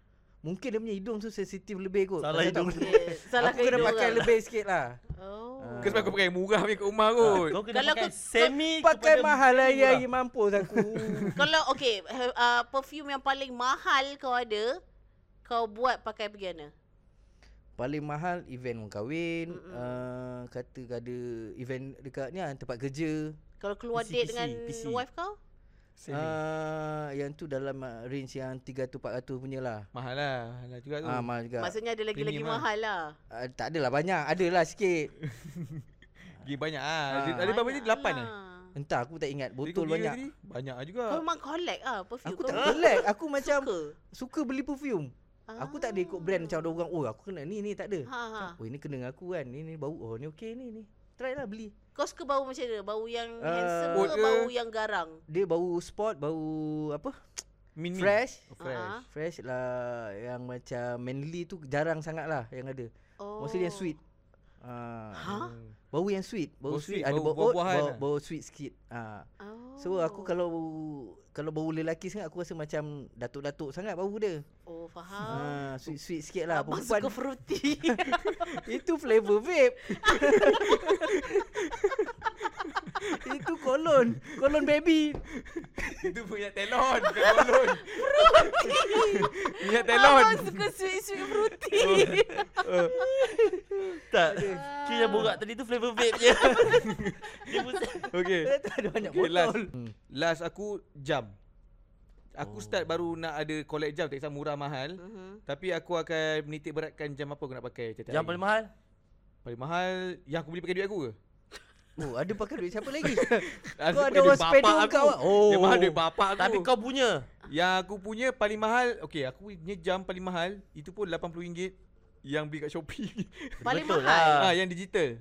F: Mungkin dia punya hidung tu sensitif lebih kot.
D: Salah
F: Pasal
D: hidung
F: tak-
B: Okay, Salah
F: aku kena
B: hidup
F: pakai
B: lah.
F: lebih sikit lah.
B: Oh.
F: Ah.
A: Kau sebab kau pakai murah punya kat rumah kot
D: Kau kena
B: Kalau
D: pakai
B: kau-
D: semi
F: Pakai
D: kepada
F: mahal lah
D: semi
F: ya,
D: murah.
F: ya mampus aku.
B: Kalau okay, he- uh, perfume yang paling mahal kau ada, kau buat pakai pergi mana?
F: [laughs] Paling mahal event orang kahwin,
B: Mm-mm.
F: uh, kata ada event dekat ni lah, tempat kerja.
B: Kalau keluar
D: PC,
B: date
D: PC,
B: dengan
D: PC.
B: wife kau?
A: Semi.
F: Uh, yang tu dalam ah, range yang 300-400 punya lah.
A: Mahal lah Mahal lah juga tu
F: Ah, mahal juga.
B: Maksudnya ada lagi-lagi
A: Premium lah.
B: mahal lah.
F: Ah, tak adalah banyak, adalah sikit.
A: Gila banyak ah.
F: Ah.
A: Ada- Ada berapa tadi?
B: Banyak
A: 8 eh.
B: lah.
F: Entah aku tak ingat,
A: Jadi kau
F: botol
A: kira
F: banyak.
A: tadi, Banyak ah juga.
B: Kau memang collect ah perfume.
F: Aku
B: kau
F: tak
B: memang
F: collect, aku macam
B: suka.
F: suka beli perfume. Aku tak ada ikut brand macam ada orang, oh aku kena ni ni, tak ada.
B: Ha ha.
F: Oh ini kena dengan aku kan. Ni ni bau. Oh ni okey ni ni. Try lah beli.
B: Kau suka bau macam mana? Bau yang
F: Ah,
B: handsome
A: oat
B: ke
A: ke?
B: bau yang garang?
F: Dia bau sport, bau apa?
A: Min min.
F: Fresh.
A: Oh, fresh.
B: Ah.
F: Fresh lah yang macam manly tu jarang sangat lah yang ada.
B: Oh.
F: Oh. Mostly yang sweet. Ah,
B: Ha?
A: Hmm.
F: Bau yang sweet, bau,
A: Bau
F: sweet,
A: sweet,
F: ada
A: bau
F: bau, oat,
A: buah-buahan
F: bau,
A: lah.
F: bau sweet sikit. Ah.
B: Oh.
F: So aku kalau kalau bau lelaki sangat aku rasa macam datuk-datuk sangat bau dia.
B: Oh faham.
F: Ah, sweet-sweet sikit lah
B: Abang suka
F: perempuan.
B: fruity.
F: [laughs] Itu flavor vape. [laughs] Itu kolon, kolon baby.
A: Itu minyak telon, bukan kolon. [laughs] minyak telon.
B: Abang Ah, suka sweet-sweet fruity.
F: [laughs] Oh.
D: Tak [laughs] Kira borak tadi tu flavour vape je Dia pun
A: Okey. lah.
F: Dia tak ada banyak
A: [laughs] Okay, last. Hmm.
F: botol.
A: Last aku jam. Aku oh. start baru nak ada collect jam, tak kisah murah mahal.
B: Mhm.
A: Tapi aku akan menitik beratkan jam apa aku nak pakai tiap-tiap
D: Yang
A: hari.
D: paling mahal
A: paling mahal yang aku beli pakai duit aku ke?
F: Oh, ada pakai duit siapa
A: [laughs]
F: lagi?
A: Aku
F: ada
A: pakai duit
F: orang
A: bapak
F: sepeda
A: aku.
F: kau. Oh.
A: Yang mahal duit bapak aku.
D: Tapi kau punya
A: Yang aku punya paling mahal Okey aku punya jam paling mahal Itu pun RM80 yang beli kat Shopee. [laughs]
B: Paling
D: Betul
B: mahal.
A: ah,
D: lah.
A: yang digital.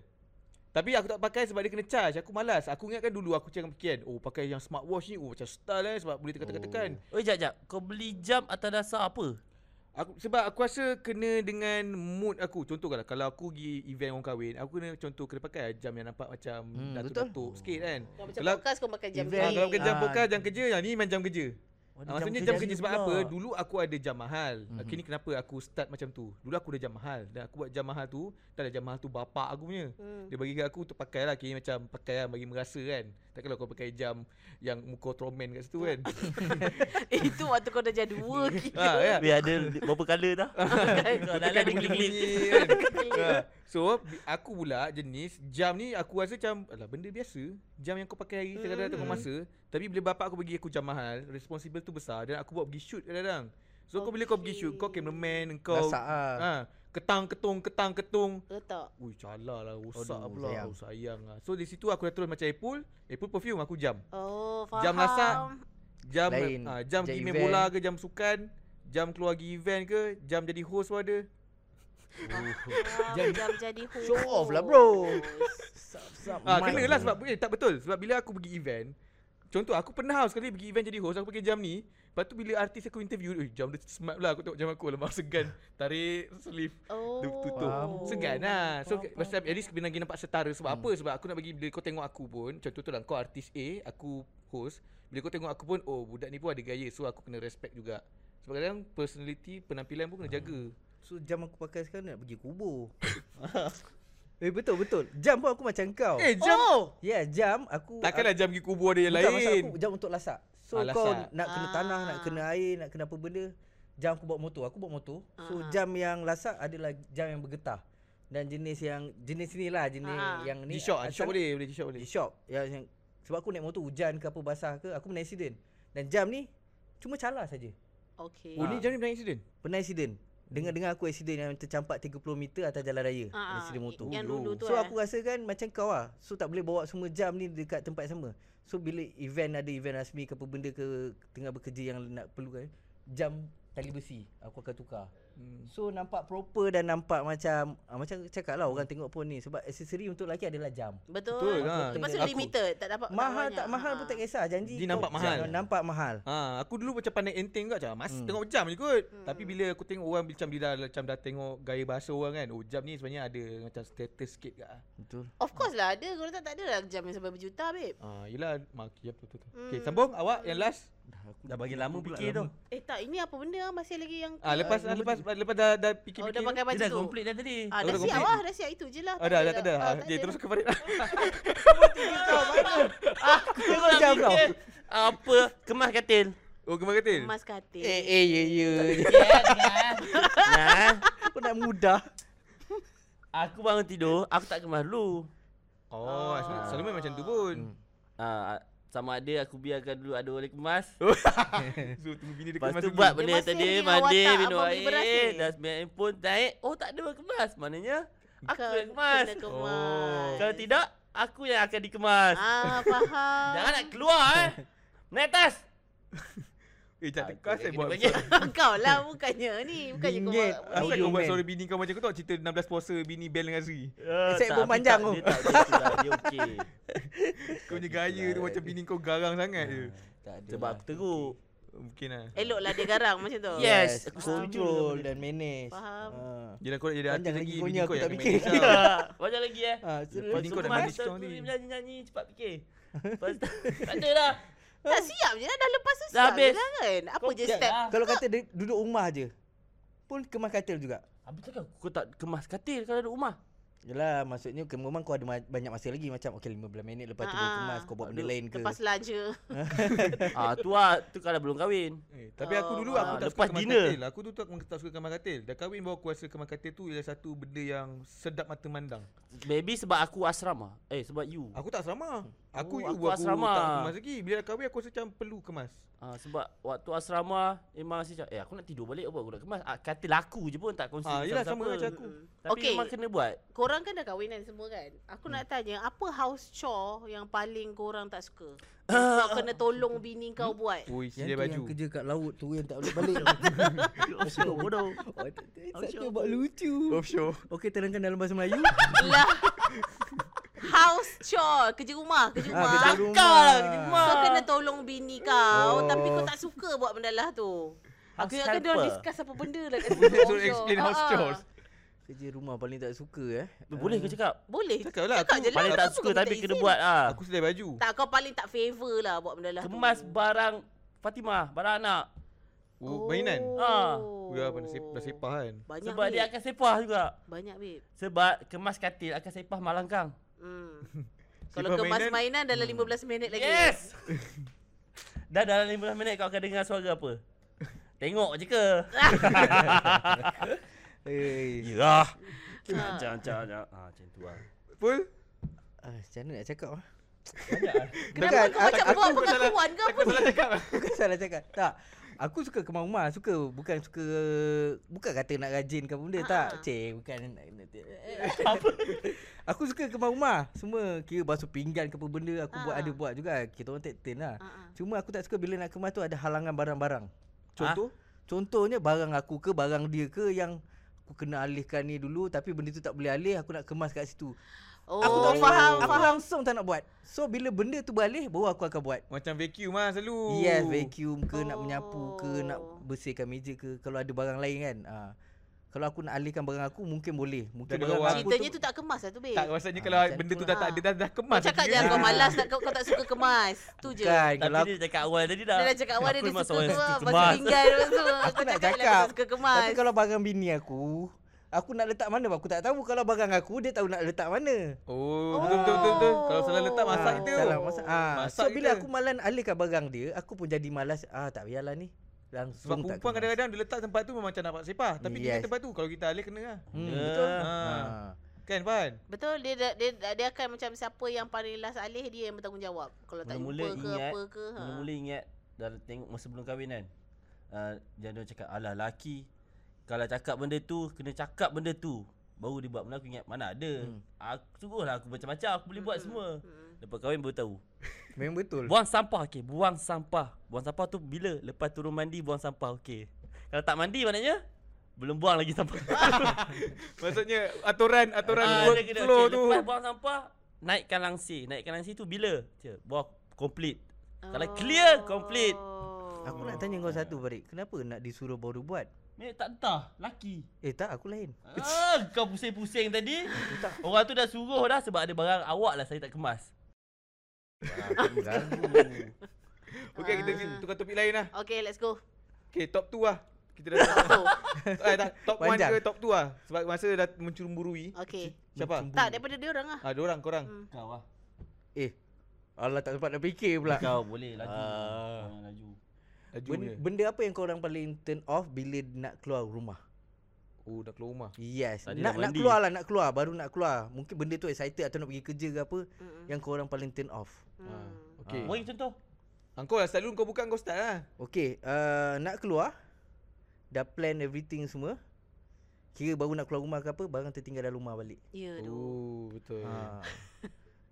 A: Tapi aku tak pakai sebab dia kena charge. Aku malas. Aku ingatkan dulu aku cakap fikiran, oh pakai yang smartwatch ni, oh macam style eh sebab boleh tekan-tekan. Oh.
D: Oi, jap jap. Kau beli jam atas dasar apa?
A: Aku sebab aku rasa kena dengan mood aku. Contohlah kalau aku pergi event orang kahwin, aku kena contoh kena pakai jam yang nampak macam
F: Hmm,
A: hmm, datuk-datuk sikit kan.
B: Kau macam
A: Kalau-
B: podcast kau makan jam
F: Event-
A: Ah,
B: ni.
A: kalau bukan jam
F: Ah.
A: pokal, jam kerja, yang ni memang jam kerja.
D: Oh,
A: Ah, maksudnya jam, kerja sebab apa? Dulu aku ada jam mahal. Mm-hmm. Kini kenapa aku start macam tu? Dulu aku ada jam mahal dan aku buat jam mahal tu, tak ada jam mahal tu bapak aku punya.
B: Hmm. [laughs]
A: Dia bagi kat aku untuk pakai lah Kira macam pakai lah bagi merasa kan Tak kalau kau pakai jam yang muka Ultraman kat situ kan
B: Eh, Itu waktu kau dah jadi dua
F: [laughs]
B: Kan
A: ha,
F: Ah,
B: kira.
A: ya.
D: Weh ada berapa colour dah?
B: Ah,
D: Kau dah
A: Tekan
D: ada
A: dia
D: klik-klik.
A: bunyi kan
F: Ah.
A: ha. So bi- aku pula jenis jam ni aku rasa macam Alah benda biasa Jam yang kau pakai hari kadang-kadang tengok masa Tapi bila bapak aku bagi aku jam mahal Responsible tu besar Dan aku buat pergi shoot kadang-kadang So kau bila kau pergi shoot Kau cameraman Kau
F: Rasak lah.
A: ha, Ketang ketung ketang ketung
B: Letak.
A: Ui calar lah rosak
F: Aduh,
A: pula
F: sayang.
A: sayang. Oh, sayang lah So di situ aku dah terus macam Apple Apple perfume aku jam
B: Oh, faham.
A: Jam lasak. jam
F: Lain.
A: ha, jam
F: Jam
A: pergi main
F: event.
A: bola ke jam sukan jam keluar pergi event ke jam jadi host pun ada
B: Faham,
F: Jam-
B: jam jadi host.
F: Show off lah, bro.
A: ah ha, kena lah sebab eh, tak betul sebab bila aku pergi event contoh aku pernah sekali pergi event jadi host aku pakai jam ni lepas tu bila artis aku interview eh, jam dia smart lah aku tengok jam aku lemak segan tarik sleeve
B: Oh.
A: dia tutup
F: Faham. Hmm.
A: segan lah so
D: Faham, faham,
A: pasal at least kena lagi nampak setara sebab apa sebab aku nak bagi bila kau tengok aku pun contoh tu lah kau artis A aku host bila kau tengok aku pun oh budak ni pun ada gaya so aku kena respect juga sebab kadang personality penampilan pun kena jaga
F: So jam aku pakai sekarang nak pergi kubur. eh betul betul. Jam pun aku macam kau.
A: Eh jam
B: Oh.
F: Ya yeah, jam aku
A: Takkanlah lah jam pergi kubur ada yang
F: Bukan, maksud
A: lain.
F: aku jam untuk lasak. So
A: Ah,
F: kau
A: lasak.
F: nak kena tanah, nak
B: Ah.
F: kena air, nak kena apa benda. Jam aku bawa motor, aku bawa motor. So
B: Ah.
F: jam yang lasak adalah jam yang bergetah. Dan jenis yang jenis ni lah, jenis
B: Ah.
F: yang ni.
A: G-Shock,
F: ah,
A: G-Shock
F: sangat-
A: boleh, boleh G-Shock boleh.
F: G-Shock. Yang, Ya, yang, sebab aku naik motor hujan ke apa basah ke, aku pernah accident. Dan jam ni cuma calar saja.
B: Okay.
A: Oh ni jam ni pernah accident?
F: Pernah accident. Dengar-dengar aku accident yang tercampak 30 meter atas jalan raya.
B: Hmm. Ah, ah,
F: accident motor.
B: Yang
A: Oh,
B: dulu tu
F: So
B: eh.
F: aku rasa kan macam kau lah So tak boleh bawa semua jam ni dekat tempat sama So bila event ada event rasmi ke apa benda ke Tengah bekerja yang nak perlukan Jam tali besi aku akan tukar
A: Hmm.
F: So nampak proper dan nampak macam ah, Macam cakap lah orang tengok pun ni Sebab aksesori untuk lelaki adalah jam
B: Betul.
A: Betul
B: Betul.
A: lah.
B: Lepas tu
A: Aku-
B: limited. Tak dapat
F: kan? Mahal
B: banyak.
F: tak mahal
B: Ah.
F: pun tak kisah janji
A: Dia
F: kau-
A: nampak mahal.
F: Jangan Nampak mahal
A: Ha, aku dulu macam pandai enteng juga macam mas hmm. tengok jam je kot. Hmm. Tapi bila aku tengok orang macam bila dah- macam dah tengok gaya bahasa orang kan, oh jam ni sebenarnya ada macam status sikit kat. ah.
F: [laughs] Betul
B: Of course lah ada. Kalau tak, tak ada lah jam yang sampai berjuta, babe.
A: Ha, yelah maki apa tu tu. Okey,
B: Hmm.
A: sambung awak yang last.
D: Dah bagi lama fikir tu.
B: Eh tak, ini apa benda ah? masih lagi yang...
A: Ah lepas ah, lepas lepas dah dah
B: Oh, dah
A: fikir-fikir.
B: pakai baju
D: Dia dah
B: tu.
D: complete dah tadi. [laughs]
B: Ah, dah
A: Dah
B: siap
A: complete.
B: lah, dah siap itu je lah.
A: Oh, dah dah tak ada.
B: Ah,
A: Ah,
B: tak
A: Okey,
B: ada
A: terus
B: dah.
A: ke Farid.
F: Tengok jam kau
D: Apa? Kemas katil.
A: [laughs] Oh, kemar katil.
B: Emas katil.
F: Eh eh
A: ya,
F: ye ye
D: Nah,
F: Aku nak mudah
A: [laughs]
D: aku bangun tidur, aku tak kemas dulu.
A: [laughs] Oh,
B: Ah.
A: selalu- selalu memang macam tu pun.
F: Hmm.
D: Ah, sama ada aku biarkan dulu ada orang kemas.
A: [laughs] So tunggu bini Oh, dia
D: Lepas
A: kemas
D: tu
A: lagi.
D: buat benda
B: masih
D: tadi,
B: lagi awak
D: mandi,
B: tak
D: minum
B: abang beli beras
D: air,
B: ni.
D: dah sembilan handphone, naik. Oh, tak ada orang kemas. Maknanya, aku
B: Kau
D: yang kemas.
B: Kena
A: Oh.
B: kemas.
D: Kalau tidak, aku yang akan dikemas.
B: Ah, faham.
D: Jangan nak keluar eh. Naik atas.
A: Eh, jangan
D: Ah,
A: [laughs] kau saya
D: kena
A: buat. [laughs]
D: bagi.
B: [laughs] Kau lah bukannya ni. Bukannya kau
F: Bingit.
B: buat-
A: Asal
F: Audio
A: kau buat
F: man.
A: suara bini kau macam kau tahu cerita 16 puasa bini Bel dengan Azri.
D: Ah,
F: Saya
D: tak,
F: buat
D: tapi
F: panjang
D: tak,
F: tu.
D: Dia tak macam tu lah, dia
B: [laughs]
D: okey.
A: Kau punya gaya tu macam bini kau garang sangat je.
F: Tak ada
D: Sebab
F: lah.
D: aku teruk.
A: Mungkin lah.
B: Elok lah dia garang macam tu.
D: Yeah. Yes,
F: Yes,
D: aku setuju dengan
F: control
D: benda
F: dan manage.
B: Faham.
F: Ah.
A: Yelah kau nak jadi artis
F: Panjang
A: lagi,
F: lagi
A: bini
F: gonya
A: kau
F: aku
A: yang
F: tak
A: akan
F: fikir.
A: manage
D: [laughs]
F: [laughs]
A: lah.
D: Ah, Macam lagi eh.
F: Ah, so
A: Lepas
D: Lepas
A: ni
D: tu
A: kau nak
D: kemas,
A: manage kau
D: lepas tu
A: ni.
D: dia nyanyi-nyanyi, cepat fikir.
B: [laughs]
D: Lepas tu, tak ada lah. dah.
B: Tak siap je lah. Dah lepas tu
D: Dah
B: siap je
D: habis.
B: lah kan. Apa
D: Kau
B: je
D: siap
B: step.
D: lah.
F: kalau kata dia duduk rumah je pun kemas katil juga.
D: Habis cakap kau tak kemas katil kalau ada rumah.
F: Yalah, maksudnya ke memang kau ada ma- banyak masa lagi macam okey 15 minit lepas
B: Ah,
F: tu kau
B: ah.
F: kemas kau buat benda lain ke.
B: Lepas lah je.
D: ah tu lah, tu kalau belum kahwin.
A: [laughs] Eh, tapi aku dulu
D: Oh,
A: aku tak
D: lepas
A: suka kamar
D: dinner.
A: katil. Aku tu tak, tak suka kamar katil. Dah kahwin baru aku rasa kamar katil tu ialah satu benda yang sedap mata mandang.
D: Maybe sebab aku asrama. Eh sebab you.
A: Aku tak asrama. Aku
D: Oh,
A: you
D: aku
A: aku,
D: asrama.
A: tak kemas lagi. Bila dah kahwin aku rasa macam perlu kemas.
D: Ah sebab waktu asrama memang saya cakap, eh aku nak tidur balik apa aku nak kemas. Ah, katil aku je pun tak kongsi.
A: Ah, yelah,
D: siapa-siapa.
A: sama macam aku.
D: Tapi
B: Okey.
D: memang kena buat.
B: Korang Korang kan dah kahwin kan semua kan Aku nak tanya Apa house chore Yang paling korang tak suka Kau kena tolong bini kau buat
A: Ui,
F: Yang
A: sedia
F: tu
A: baju.
F: yang kerja kat laut tu yang tak boleh
A: [laughs]
F: balik.
D: Offshore
F: [laughs]
D: bodoh.
F: Satu buat lucu.
A: Offshore.
F: Okey terangkan dalam
A: [laughs]
F: bahasa Melayu.
B: Lah House chore Kerja rumah Kerja rumah
F: kerja rumah.
B: Kelakar lah kerja rumah Kau kena tolong bini kau
A: Oh.
B: Tapi kau tak suka buat benda lah tu Aku
D: House
B: ingatkan dia orang
D: helper.
B: discuss apa benda lah kat situ
A: [laughs] So explain house
B: Ah, ah.
A: chores.
F: Kerja rumah paling tak suka eh.
A: Ah.
D: Boleh ke cakap?
B: Boleh
A: Cakap lah,
B: Cakap je
A: aku
B: lah
D: Paling tak
B: Kenapa
D: suka
B: kau
D: tapi
B: minta
D: kena
B: izin?
D: buat ah.
A: Aku sedia baju.
B: Tak kau paling tak favour lah Buat benda lah tu.
D: Kemas barang Fatimah, barang anak.
A: Oh, mainan.
D: Ah.
A: Oh, Ya, dah sep- dah sepah kan.
B: Banyak
D: Sebab dia
B: babe.
D: akan sepah juga.
B: Banyak babe
D: Sebab kemas katil akan sepah malangkang.
B: Hmm. [laughs] Kalau kemas
A: Sifar mainan-
B: mainan Hmm. dalam 15 minit lagi.
D: Yes. [laughs] Dah dalam 15 minit kau akan dengar suara apa? Tengok je ke?
F: Eh.
D: Yalah. Jangan jangan jangan. Ah macam tu lah.
A: Full?
F: Ah, macam mana nak cakap ah?
B: Kan
D: Banyak lah.
B: Kenapa kau macam buat
A: aku- aku salah-
B: pengakuan ke apa ni?
F: Bukan salah cakap. Tak. Aku suka kemau rumah, suka bukan suka bukan kata nak rajin ke apa benda tak.
B: Ah. eh,
F: Cik, bukan nak apa. [laughs] aku suka kemau rumah. Semua kira basuh pinggan ke apa benda aku buat
B: Ah.
F: ada buat juga. Kita orang take turn lah.
B: Ah, ah.
F: Cuma aku tak suka bila nak kemas tu ada halangan barang-barang.
A: Contoh?
B: Ah.
F: Contohnya barang aku ke barang dia ke yang aku kena alihkan ni dulu tapi benda tu tak boleh alih aku nak kemas kat situ.
B: Oh,
F: aku tak
B: faham,
F: Aku
B: faham.
F: langsung tak nak buat. So bila benda tu beralih baru aku akan buat.
A: Macam vacuum lah selalu.
F: Yes, vacuum ke nak
B: Oh.
F: menyapu ke nak bersihkan meja ke kalau ada barang lain kan. Ha. Kalau aku nak alihkan barang aku mungkin boleh. Mungkin
A: Jadi
F: barang
A: orang-
F: aku
B: Ceritanya tu tak kemas lah tu, babe.
A: Tak, rasanya kalau
F: Ah, macam
A: benda tu
F: tu
A: dah
B: lah.
A: tak ada, dah, dah kemas. lah.
B: Kau cakap
A: dia.
B: je kau malas nak kau, kau tak suka kemas. Tu je.
F: Bukan,
D: Tapi
F: kalau aku,
D: dia cakap awal tadi dah.
B: Dia dah cakap awal dia,
D: Aku
B: dia
D: memang
B: suka
D: seorang yang
B: kemas.
D: suka
B: Lepas tu
D: kemas.
B: tinggal lepas tu.
F: aku
B: Kau cakap
F: nak
B: lah kau
F: cakap.
B: tak suka kemas.
F: Tapi kalau barang bini aku aku nak letak mana pun aku tak tahu kalau barang aku dia tahu nak letak mana.
A: Oh, betul, betul, betul, betul. Kalau salah letak masak
F: Ah,
A: itu.
F: Salah masak. Ah,
A: Masak
F: so bila
A: kita.
F: aku malas alihkan barang dia, aku pun jadi malas. Ah, tak payahlah ni. Langsung
A: Sebab perempuan
F: tak kemas.
A: kadang-kadang dia letak tempat tu memang macam nampak sepah. Tapi yes.
F: Yes.
A: tempat tu, kalau kita alih kena lah.
F: Hmm,
D: Ya.
F: betul.
A: Ah.
F: Ah.
A: Kan, Fan?
B: Betul dia, dia dia dia akan macam siapa yang paling last alih dia yang bertanggungjawab. Kalau tak
D: Mula-mula
B: jumpa ke
D: ingat,
B: apa ke. ha.
D: Mula-mula ingat dah tengok masa sebelum kahwin kan. Uh, dia ada cakap alah laki kalau cakap benda tu kena cakap benda tu. Baru dia buat benda aku ingat mana ada. Hmm. Aku sungguhlah aku macam-macam aku boleh buat semua.
B: Mm.
D: Lepas kahwin baru tahu.
F: Memang betul.
D: Buang sampah okey, buang sampah. Buang sampah tu bila? Lepas turun mandi buang sampah okey. Kalau tak mandi maknanya belum buang lagi
B: [laughs]
D: sampah.
A: Maksudnya, aturan, aturan
D: Ah,
A: work
D: dia kena,
A: flow
D: okey,
A: tu.
D: Lepas buang sampah, naikkan langsir. Naikkan langsir tu bila? Je, buang complete. Kalau clear, complete.
B: Oh.
F: Aku nak tanya kau satu Farid, kenapa nak disuruh baru buat?
D: Mek tak entah, [laughs] laki.
F: Eh tak, aku lain.
D: Ah, kau pusing-pusing tadi. Orang tu dah suruh dah sebab ada barang awak lah saya tak kemas.
F: Ah,
D: Hmm.
A: Okey, kita tukar topik lain lah.
B: Okay, let's [laughs] go.
A: Okay, top 2 lah. Kita dah
B: [laughs]
A: top
B: So,
A: 2. eh, tak, top 1
F: Panjang.
A: ke top 2 lah. Sebab masa dah mencurumburui.
B: okay.
A: Siapa?
B: Tak, daripada dia orang lah.
A: Ah, diorang, korang.
B: Hmm.
D: Kau lah.
F: [laughs] Eh. Allah tak sempat nak fikir pula.
D: Kau boleh laju.
F: Ah.
D: Kau yang laju.
A: Laju
F: Benda,
A: je.
F: benda apa yang kau orang paling turn off bila nak keluar rumah?
A: Oh, dah keluar rumah.
F: Yes.
D: Tadi
F: nak
D: dah
F: nak
D: mandi.
F: keluar lah, nak keluar, baru nak keluar. Mungkin benda tu excited atau nak pergi kerja ke apa
B: Mm-mm.
F: yang kau orang paling turn off.
A: Ah,
B: Hmm.
A: okay.
D: Bagi contoh.
A: Angkau lah selalu kau buka kau start lah.
F: Okay, uh, nak keluar Dah plan everything semua Kira baru nak keluar rumah ke apa Barang tertinggal dalam rumah balik
B: Ya, aduh.
A: Oh,
D: Eh.
A: betul.
F: ha.
D: [laughs]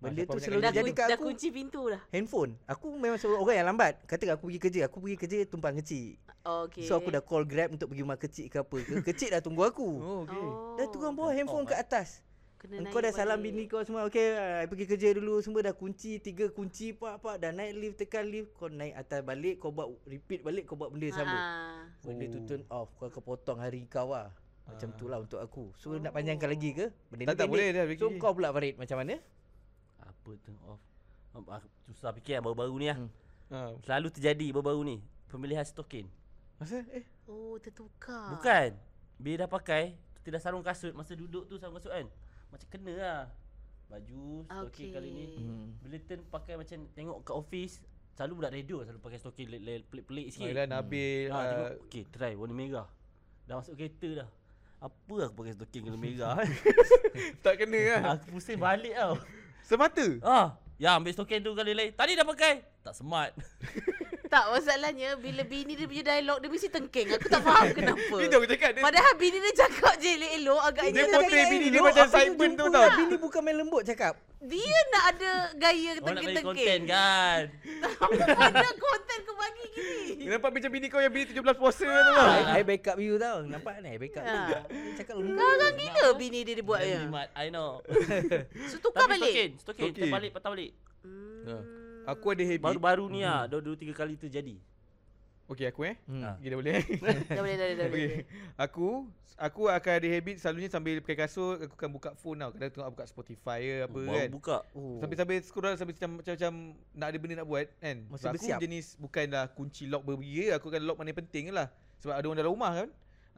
A: Masa
F: Benda
A: apa
F: tu
A: banyak
F: selalu
B: Dah,
A: kali
F: jadi
B: kun-
F: kat
B: dah
F: aku
B: kunci pintu dah.
F: Handphone Aku memang seorang orang yang lambat Kata aku pergi kerja Aku pergi kerja tumpang kecil
B: Okay.
F: So aku dah call grab untuk pergi rumah kecil ke apa ke Kecil dah tunggu aku
A: Oh, okay.
F: Dah turun bawa handphone
D: off,
F: ke atas
B: Kena
F: Engkau dah
B: naik
F: salam
B: balik.
F: bini kau semua Okay I pergi kerja dulu Semua dah kunci Tiga kunci pak-pak Dah naik lift tekan lift Kau naik atas balik Kau buat repeat balik Kau buat benda sama
B: Ah.
F: Benda
A: Oh.
F: tu turn off Kau akan potong hari kau lah Macam tu lah untuk aku So nak
B: Oh.
F: panjangkan lagi ke?
A: Ah.
F: Benda
A: Tak, tak boleh dah,
F: So
A: fikir.
F: kau pula Farid macam mana?
D: Apa turn off? Ah, Susah fikir yang baru-baru ni lah.
A: Ha.
D: Selalu terjadi baru-baru ni. Pemilihan stokin.
A: Masa? Eh,
B: Oh, tertukar.
D: Bukan. Bila dah pakai, kita dah sarung kasut. Masa duduk tu sarung kasut kan. Macam kena lah. Baju, stokin
B: Okay.
D: kali ni.
A: Hmm.
D: Bila turn pakai macam tengok kat office. Selalu budak radio selalu pakai stokin le- le- pelik-pelik sikit.
A: Ayolah Nabil.
D: Ha, tengok.
A: ah,
D: Okay, try warna merah. Dah masuk kereta dah. Apa aku pakai stocking kalau merah?
A: tak kena lah.
D: aku pusing balik tau.
A: Semata?
D: Ah, ya ambil stocking tu kali lain. Tadi dah pakai. Tak smart.
B: [laughs] Tak masalahnya bila bini dia punya dialog dia mesti tengking. Aku tak
F: [laughs]
B: faham kenapa.
A: Itu aku cakap dia,
B: Padahal bini dia cakap je elok-elok agak
A: dia
B: elok.
A: portray bini dia
F: Elok,
A: macam
F: aku
A: Simon tu
F: jumpa
A: tau.
F: lah. Bini bukan main lembut cakap.
B: Dia nak ada gaya
D: Orang nak bagi
B: [laughs]
D: konten
B: tengking-tengking.
D: kan
B: Mana konten kau bagi gini?
A: Nampak macam bini kau yang bini 17 puasa tu lah.
B: Ah.
A: tau.
F: I, I back up you tau. Nampak ni I back up. you.
B: Ha.
F: Dia Cakap lembut.
B: Kau kan gila bini dia dia buat
D: Dia
B: ya.
D: jimat, I know
B: So tukar balik.
D: stokin Stokin Kita
A: Stokin.
D: balik patah balik
B: Hmm.
A: Ha. Aku ada habit.
D: Baru-baru ni lah Dua dua tiga kali tu jadi
A: Okey aku eh.
F: Hmm.
D: Ah.
A: Kita boleh. eh?
B: [laughs] Dah boleh dah boleh, dah boleh.
A: Okay. Aku aku akan ada habit selalunya sambil pakai kasut aku akan buka phone tau. Kadang tengok buka Spotify ke apa
D: Baru
A: kan.
D: buka
F: Oh.
A: Sampai sampai scroll sampai macam macam, macam nak ada benda nak buat kan.
F: Mesti
A: Sebab aku
F: bersiap.
A: jenis bukanlah kunci lock beria, aku akan lock mana yang penting je lah. Sebab ada orang dalam rumah kan.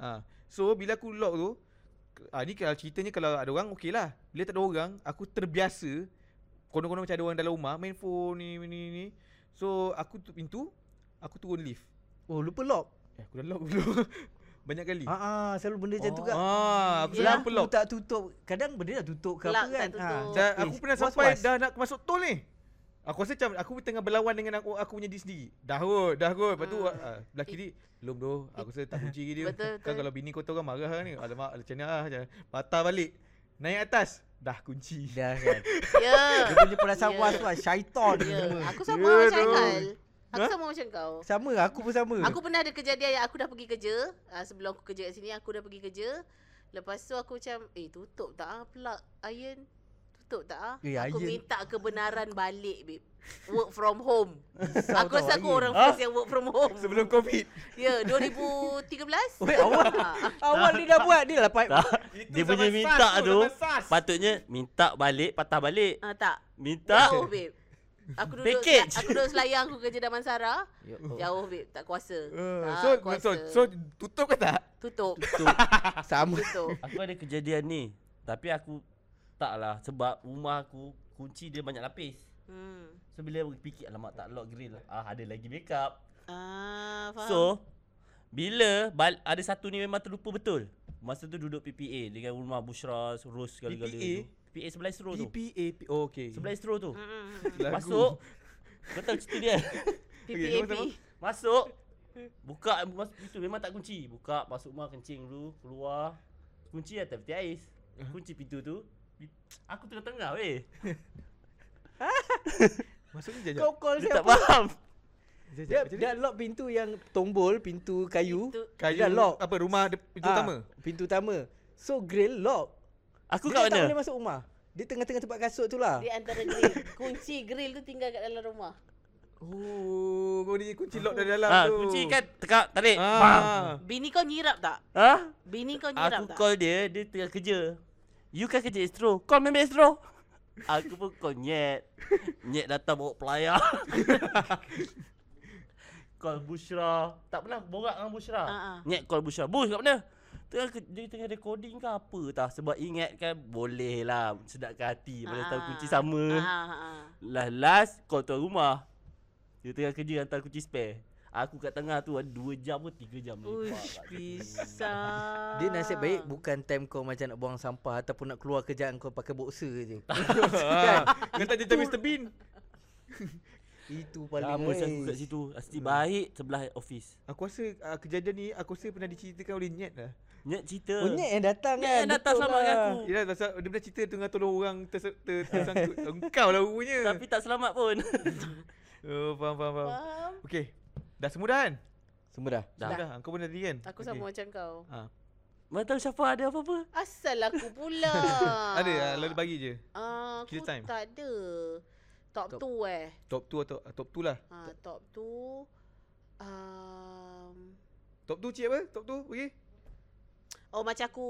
A: Ha. So bila aku lock tu ha, ni kalau ceritanya kalau ada orang okey lah. Bila tak ada orang, aku terbiasa konon-konon macam ada orang dalam rumah main phone ni ni ni. So aku tutup pintu, aku turun lift.
F: Oh lupa lock.
A: Eh, aku dah lock dulu. [laughs] Banyak kali.
F: Ha ah, selalu benda macam tu
D: Oh.
F: Ya? kat.
A: Hmm. Ah, aku selalu
F: Lampu
A: aku lock.
F: tak tutup. Kadang benda dah tutup ke apa
B: Lock tak
F: kan.
B: tutup.
A: Dan aku
F: Eh,
A: pernah
F: was-was.
A: sampai dah nak masuk tol ni. Aku rasa macam aku tengah berlawan dengan aku aku punya diri sendiri. Dah kot, dah kot. Lepas tu
B: Ah.
A: ah, belah kiri lom doh. Aku rasa tak kunci lagi dia.
B: Betul,
A: Kan
B: betul.
A: kalau bini kau tahu kan marah ni. Alamak, macam mana ah. macam- Patah balik. Naik atas. Dah kunci. [laughs]
F: Dah kan.
B: Ya.
F: Dia punya perasaan
B: [laughs] Ya.
F: was-was. Syaitan
B: Ya.
F: semua.
B: Aku sama
A: Ya,
B: macam
A: doh.
B: Aikal. Aku
A: Ha?
B: sama macam kau.
F: Sama aku pun sama.
B: Aku pernah ada kejadian yang aku dah pergi kerja. Uh, sebelum aku kerja kat sini, aku dah pergi kerja. Lepas tu aku macam, eh tutup tak ah plug iron? Tutup tak ah?
F: Eh,
B: aku
F: iron.
B: minta kebenaran balik, babe. Work from home.
F: Risau
B: aku
F: tau,
B: rasa aku
F: iron.
B: orang first yang work from home.
A: Sebelum Covid.
B: Ya, 2013.
F: Weh, awal.
B: Ah,
F: [laughs] Awal dia dah buat dia dapat.
D: Dia punya minta tu Patutnya Minta balik Patah balik
B: ah, tak.
D: Minta
B: Jauh, babe. Aku duduk
D: Package.
B: aku duduk Selayang, aku kerja Damansara.
F: Ya.
B: Jauh, babe. Tak kuasa.
A: Uh,
B: tak
A: so,
B: kuasa.
A: so, so tutup ke tak?
B: tutup. Ya.
F: Sama.
B: Tutup.
D: Aku ada kejadian ni Tapi aku Taklah Sebab rumah aku Kunci dia banyak lapis
B: Hmm.
D: So bila aku fikir Alamak tak lock grill lah Ah ada lagi backup
B: Ah, faham.
D: So Bila bal- Ada satu ni memang terlupa betul Masa tu duduk PPA Dengan rumah Bushra Rose segala-gala
A: PPA?
D: tu PPA sebelah Isro tu
A: PPA. Oh, okay.
D: Sebelah Isro tu
B: Mm-mm.
A: Lagu.
D: Masuk Kau tahu cerita dia
A: Okey,
B: PPAP.
A: sama-sama.
D: Masuk Buka masuk itu memang tak kunci Buka masuk rumah kencing dulu Keluar Kunci atas peti ais Kunci pintu tu Pi- Aku tengah-tengah weh
A: Masuk ni jap.
F: Kau call
D: Dia tak
F: siapa?
D: faham
F: Dia, dia lock pintu yang tombol, pintu kayu.
B: Pintu-
F: dia dah lock.
A: Apa rumah de- pintu
F: Ah,
A: utama?
F: Pintu utama. So grill lock.
D: Aku
F: dia
D: kat
F: tak boleh
D: mana?
F: masuk rumah. Dia tengah-tengah tempat kasut tu lah.
B: Di antara grill. Kunci grill tu tinggal kat dalam rumah.
A: Oh, kau ni kunci lock dari dalam
F: Ah,
D: Ha,
A: tu.
D: kunci kan tekak tarik Bam.
A: [laughs] Ah.
B: Bini kau nyirap tak?
D: Ha?
B: Bini kau nyirap
D: Aku
B: tak?
D: call dia Dia tengah kerja You kan kerja Astro Call member Astro Aku pun call Nyet Nyet datang bawa pelayar [laughs] Call Bushra Tak pernah borak dengan Bushra
B: Ah, ah.
D: Nyet call Bushra Bush kat mana? Tengah, ke- dia tengah recording ke apa tah Sebab ingat kan Boleh lah Sedapkan hati Pada tahu
B: Ah.
D: kunci sama
B: Ah, ah, ah.
D: Last last Call tuan rumah Dia tengah kerja Hantar kunci spare Aku kat tengah tu Ada 2 jam ke 3 jam lepak
B: Uish,
D: kat situ.
B: pisang.
F: Dia nasib baik bukan time kau macam nak buang sampah ataupun nak keluar kerjaan kau pakai boxer je.
A: Ah, Kau tak cerita Mr Bean.
F: Itu paling
D: Lama saya
F: eh.
D: aku kat situ Asti baik sebelah office
A: Aku rasa uh, kejadian ni aku rasa pernah diceritakan oleh Nyet lah.
D: Nyet cerita
F: Oh, Nyek yang datang
D: Nyet
F: kan.
D: yang datang
F: Betul
D: selamatkan
F: lah.
D: aku
A: Yelah pasal dia pernah cerita tengah tolong orang terse- ter, tersangkut. Engkau lah rupanya.
D: Tapi tak selamat
A: [laughs]
D: pun
A: Oh, faham faham faham.
B: Faham?
A: Okey. Dah semua dah kan?
F: Semua dah.
A: Dah.
D: Dah
A: dah. Kau pun dah tadi kan?
B: Aku
A: Okey.
B: sama macam kau.
A: Ha.
D: Mana tahu Syafa ada apa-apa
B: Asal aku pula.
A: Ada ah, lalu bagi je.
B: Ah, aku
A: Kira time.
B: tak ada. Top
F: Top.
B: 2 eh.
A: Top 2 atau top 2 lah.
B: Ha, top 2. Um,
A: Top 2 cik apa? Top 2 okey.
B: oh macam aku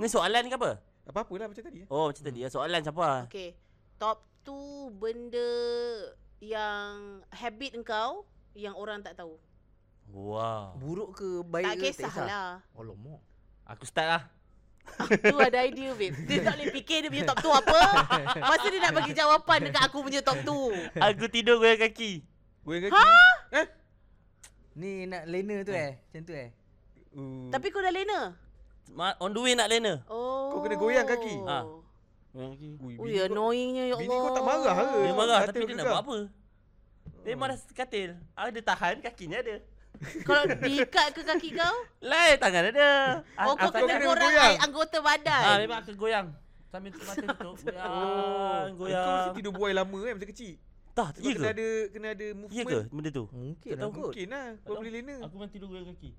D: Ni soalan ke apa?
A: Apa-apalah macam tadi. eh.
D: Oh macam tadi ya soalan Syafa
B: Okay Top 2 benda yang habit engkau yang orang tak tahu.
D: Wow
F: Buruk ke baik
B: Tak
F: ke
B: kisahlah.
F: Oh lomok.
D: Aku start lah
B: Tu ada idea babe. Dia tak boleh fikir dia punya top 2 apa. Masa dia nak bagi jawapan dekat aku punya top 2.
D: [laughs] Aku tidur goyang kaki
A: Goyang kaki. Ha? Eh?
F: Ni nak lena tu eh. Macam tu eh.
A: Uh,
B: Tapi kau dah lena.
D: Ma- On the way nak lena
B: Oh.
A: Kau kena goyang kaki.
D: Ha.
B: Ha.
D: Goyang kaki
A: ui,
B: Ui,
A: bini kau-
B: annoyingnya Oh, ya Allah.
A: bini kau Oh. tak marah ke?
D: Ah. Dia marah
A: Kata
D: tapi dia nak
A: gegar.
D: buat apa Memang dah katil. Ah dia tahan kakinya ada.
B: Kalau diikat ke kaki kau,
D: Lai tangan ada.
B: oh kau
A: aku
B: kena
A: kena
B: korang
A: goyang.
B: ai- anggota
D: Ah
B: badan.
D: memang aku goyang. Sambil tutup mata
A: [laughs]
D: tutup.
A: Oh.
D: Goyang,
A: Ah, Kau mesti
D: goyang.
A: tidur buai lama kan masa kecil.
D: Tah,
A: Sebab
D: iya
A: kena
D: ke?
A: ada kena ada
D: Iya ke
A: movement.
D: benda tu?
F: Mungkin
D: Tak
F: lah
D: tahu.
F: kot.
A: Mungkin lah. Kau
D: Tak
A: boleh lena.
D: Aku memang tidur goyang kaki.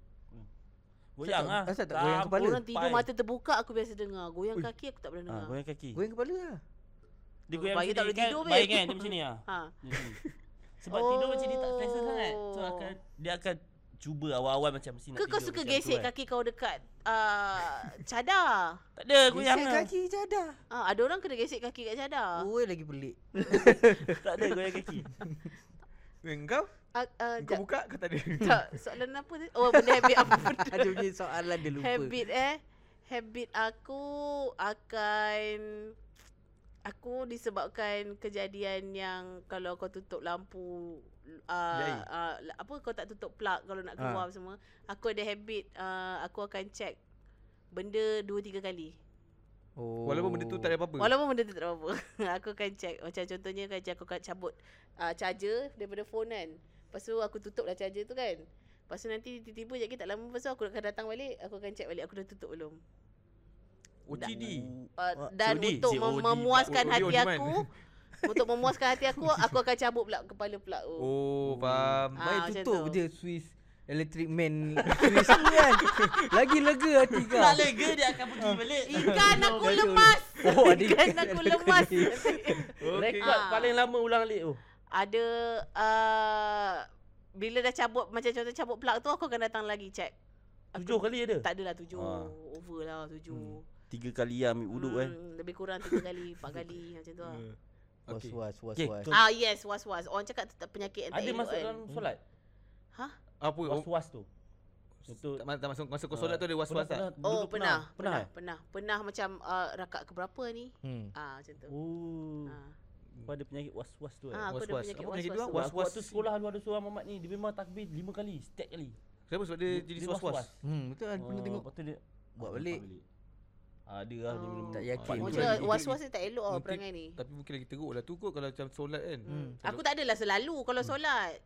D: Goyang
F: tak-
D: ah.
F: asal tak goyang
D: Sampai.
F: kepala?
B: Orang tidur mata terbuka aku biasa dengar. Goyang kaki aku tak pernah
D: Ah,
B: dengar.
D: goyang kaki.
F: Goyang kepala lah.
D: Dia goyang
B: Bayi
D: macam
B: tak
D: ni,
B: boleh
D: kan?
B: tidur,
D: Bayi
B: babe.
D: kan dia macam ni ah.
B: Ha. [laughs]
D: Dia macam ni. Sebab tidur macam ni tak selesa sangat. So akan dia akan cuba awal-awal macam mesti
B: Oh.
D: nak
B: Ke kau
D: tidur
B: suka
D: macam tu
B: gesek
D: kan.
B: kaki kau dekat ah, cadar?
D: Tak ada goyang
F: Gesek
D: lah.
F: kaki je ada.
B: Ah, ada orang kena gesek kaki kat cadar.
F: Oi lagi pelik. [laughs]
D: Tak ada goyang
B: [laughs]
D: kaki.
A: Eh, Engkau?
B: Ah, ah,
A: Kau
B: jap.
A: buka kau tak ada.
B: tak, soalan apa tadi? Oh, benda habit apa benda?
F: Ada punya soalan dia [laughs] lupa.
B: Habit eh. Habit aku akan aku disebabkan kejadian yang kalau kau tutup lampu
A: Jai.
B: uh, uh, apa kau tak tutup plug kalau nak
F: Ha.
B: keluar ha. semua. Aku ada habit uh, aku akan check benda 2 3 kali.
A: [laughs]
F: Oh.
A: Walaupun benda tu tak ada apa-apa.
B: Walaupun benda tu tak ada apa-apa. [laughs] aku akan check macam contohnya kan aku akan cabut uh, charger daripada phone kan. Lepas tu aku tutup lah charger tu kan. Lepas tu nanti tiba-tiba je tak lama lepas tu aku akan datang balik aku akan check balik aku dah tutup belum.
A: OCD.
D: Ah,
B: Uh, dan
D: COD,
B: untuk mem-
D: COD.
B: memuaskan
A: COD
B: hati
A: Odiman.
B: aku untuk memuaskan hati aku aku akan cabut pula kepala pula oh.
A: Oh, faham.
B: Ah,
F: Um, Baik
B: macam
F: tutup
B: tu.
F: je Swiss Electric Man Swiss ni
B: [laughs]
F: kan. Lagi lega hati kau.
D: Tak lega dia akan pergi balik. [laughs]
B: ikan aku
F: Kacau.
B: lemas
F: Oh, ada
B: ikan
F: ikan
B: kan
F: [laughs]
B: aku
F: dalam
B: lemas [laughs]
A: Okey.
D: Rekod
B: Ah.
D: paling lama ulang alik tu.
B: ada uh, bila dah cabut macam contoh cabut plug tu aku akan datang lagi check Aku-
D: Tujuh kali ada.
B: tak adalah tujuh
D: Ah.
B: over lah tujuh
D: Tiga kali lah ambil uduk kan.
B: Hmm, lebih kurang tiga kali empat kali macam tu lah
F: Was
A: Okey.
F: was was
D: Okay,
F: was.
D: tu.
B: ah yes was was orang cakap tu tak penyakit yang tak
D: Ada
B: elok
D: masuk
B: kan.
D: dalam solat.
A: Apa? Oh,
D: Was-was tu. Itu
A: tak, tak masuk masa kau Ah, solat tu lah. ada was-was tak?
B: Oh pernah
D: Pernah.
B: pernah
D: eh?
B: pernah pernah macam uh, rakaat ke berapa ni?
F: Hmm.
B: Ah macam tu.
D: Oh.
B: Ah.
D: Kau ada penyakit was-was tu eh.
B: Ah, aku ada
A: Was-was.
B: penyakit
A: Apa penyakit
B: was-was
A: tu?
B: tu.
A: Was-
D: Was was tu sekolah lu ada seorang mamat ni dia memang takbir lima kali setiap kali.
A: Kenapa sebab dia jadi was-was?
F: Hmm, betul kan pernah
B: Oh.
D: Ah,
F: tengok.
D: Lepas tu dia
F: Buat balik.
D: Ah, Ada lah dia
B: Oh.
D: minum.
F: Tak yakin.
B: Oh,
A: Mungkin
B: cakap
A: lagi-
B: was-was ni tak elok lah
A: mungkin-
B: perangai ni.
A: Tapi mungkin lagi teruk lah tu kot kalau macam solat kan.
B: Hmm. Aku tak adalah selalu kalau solat.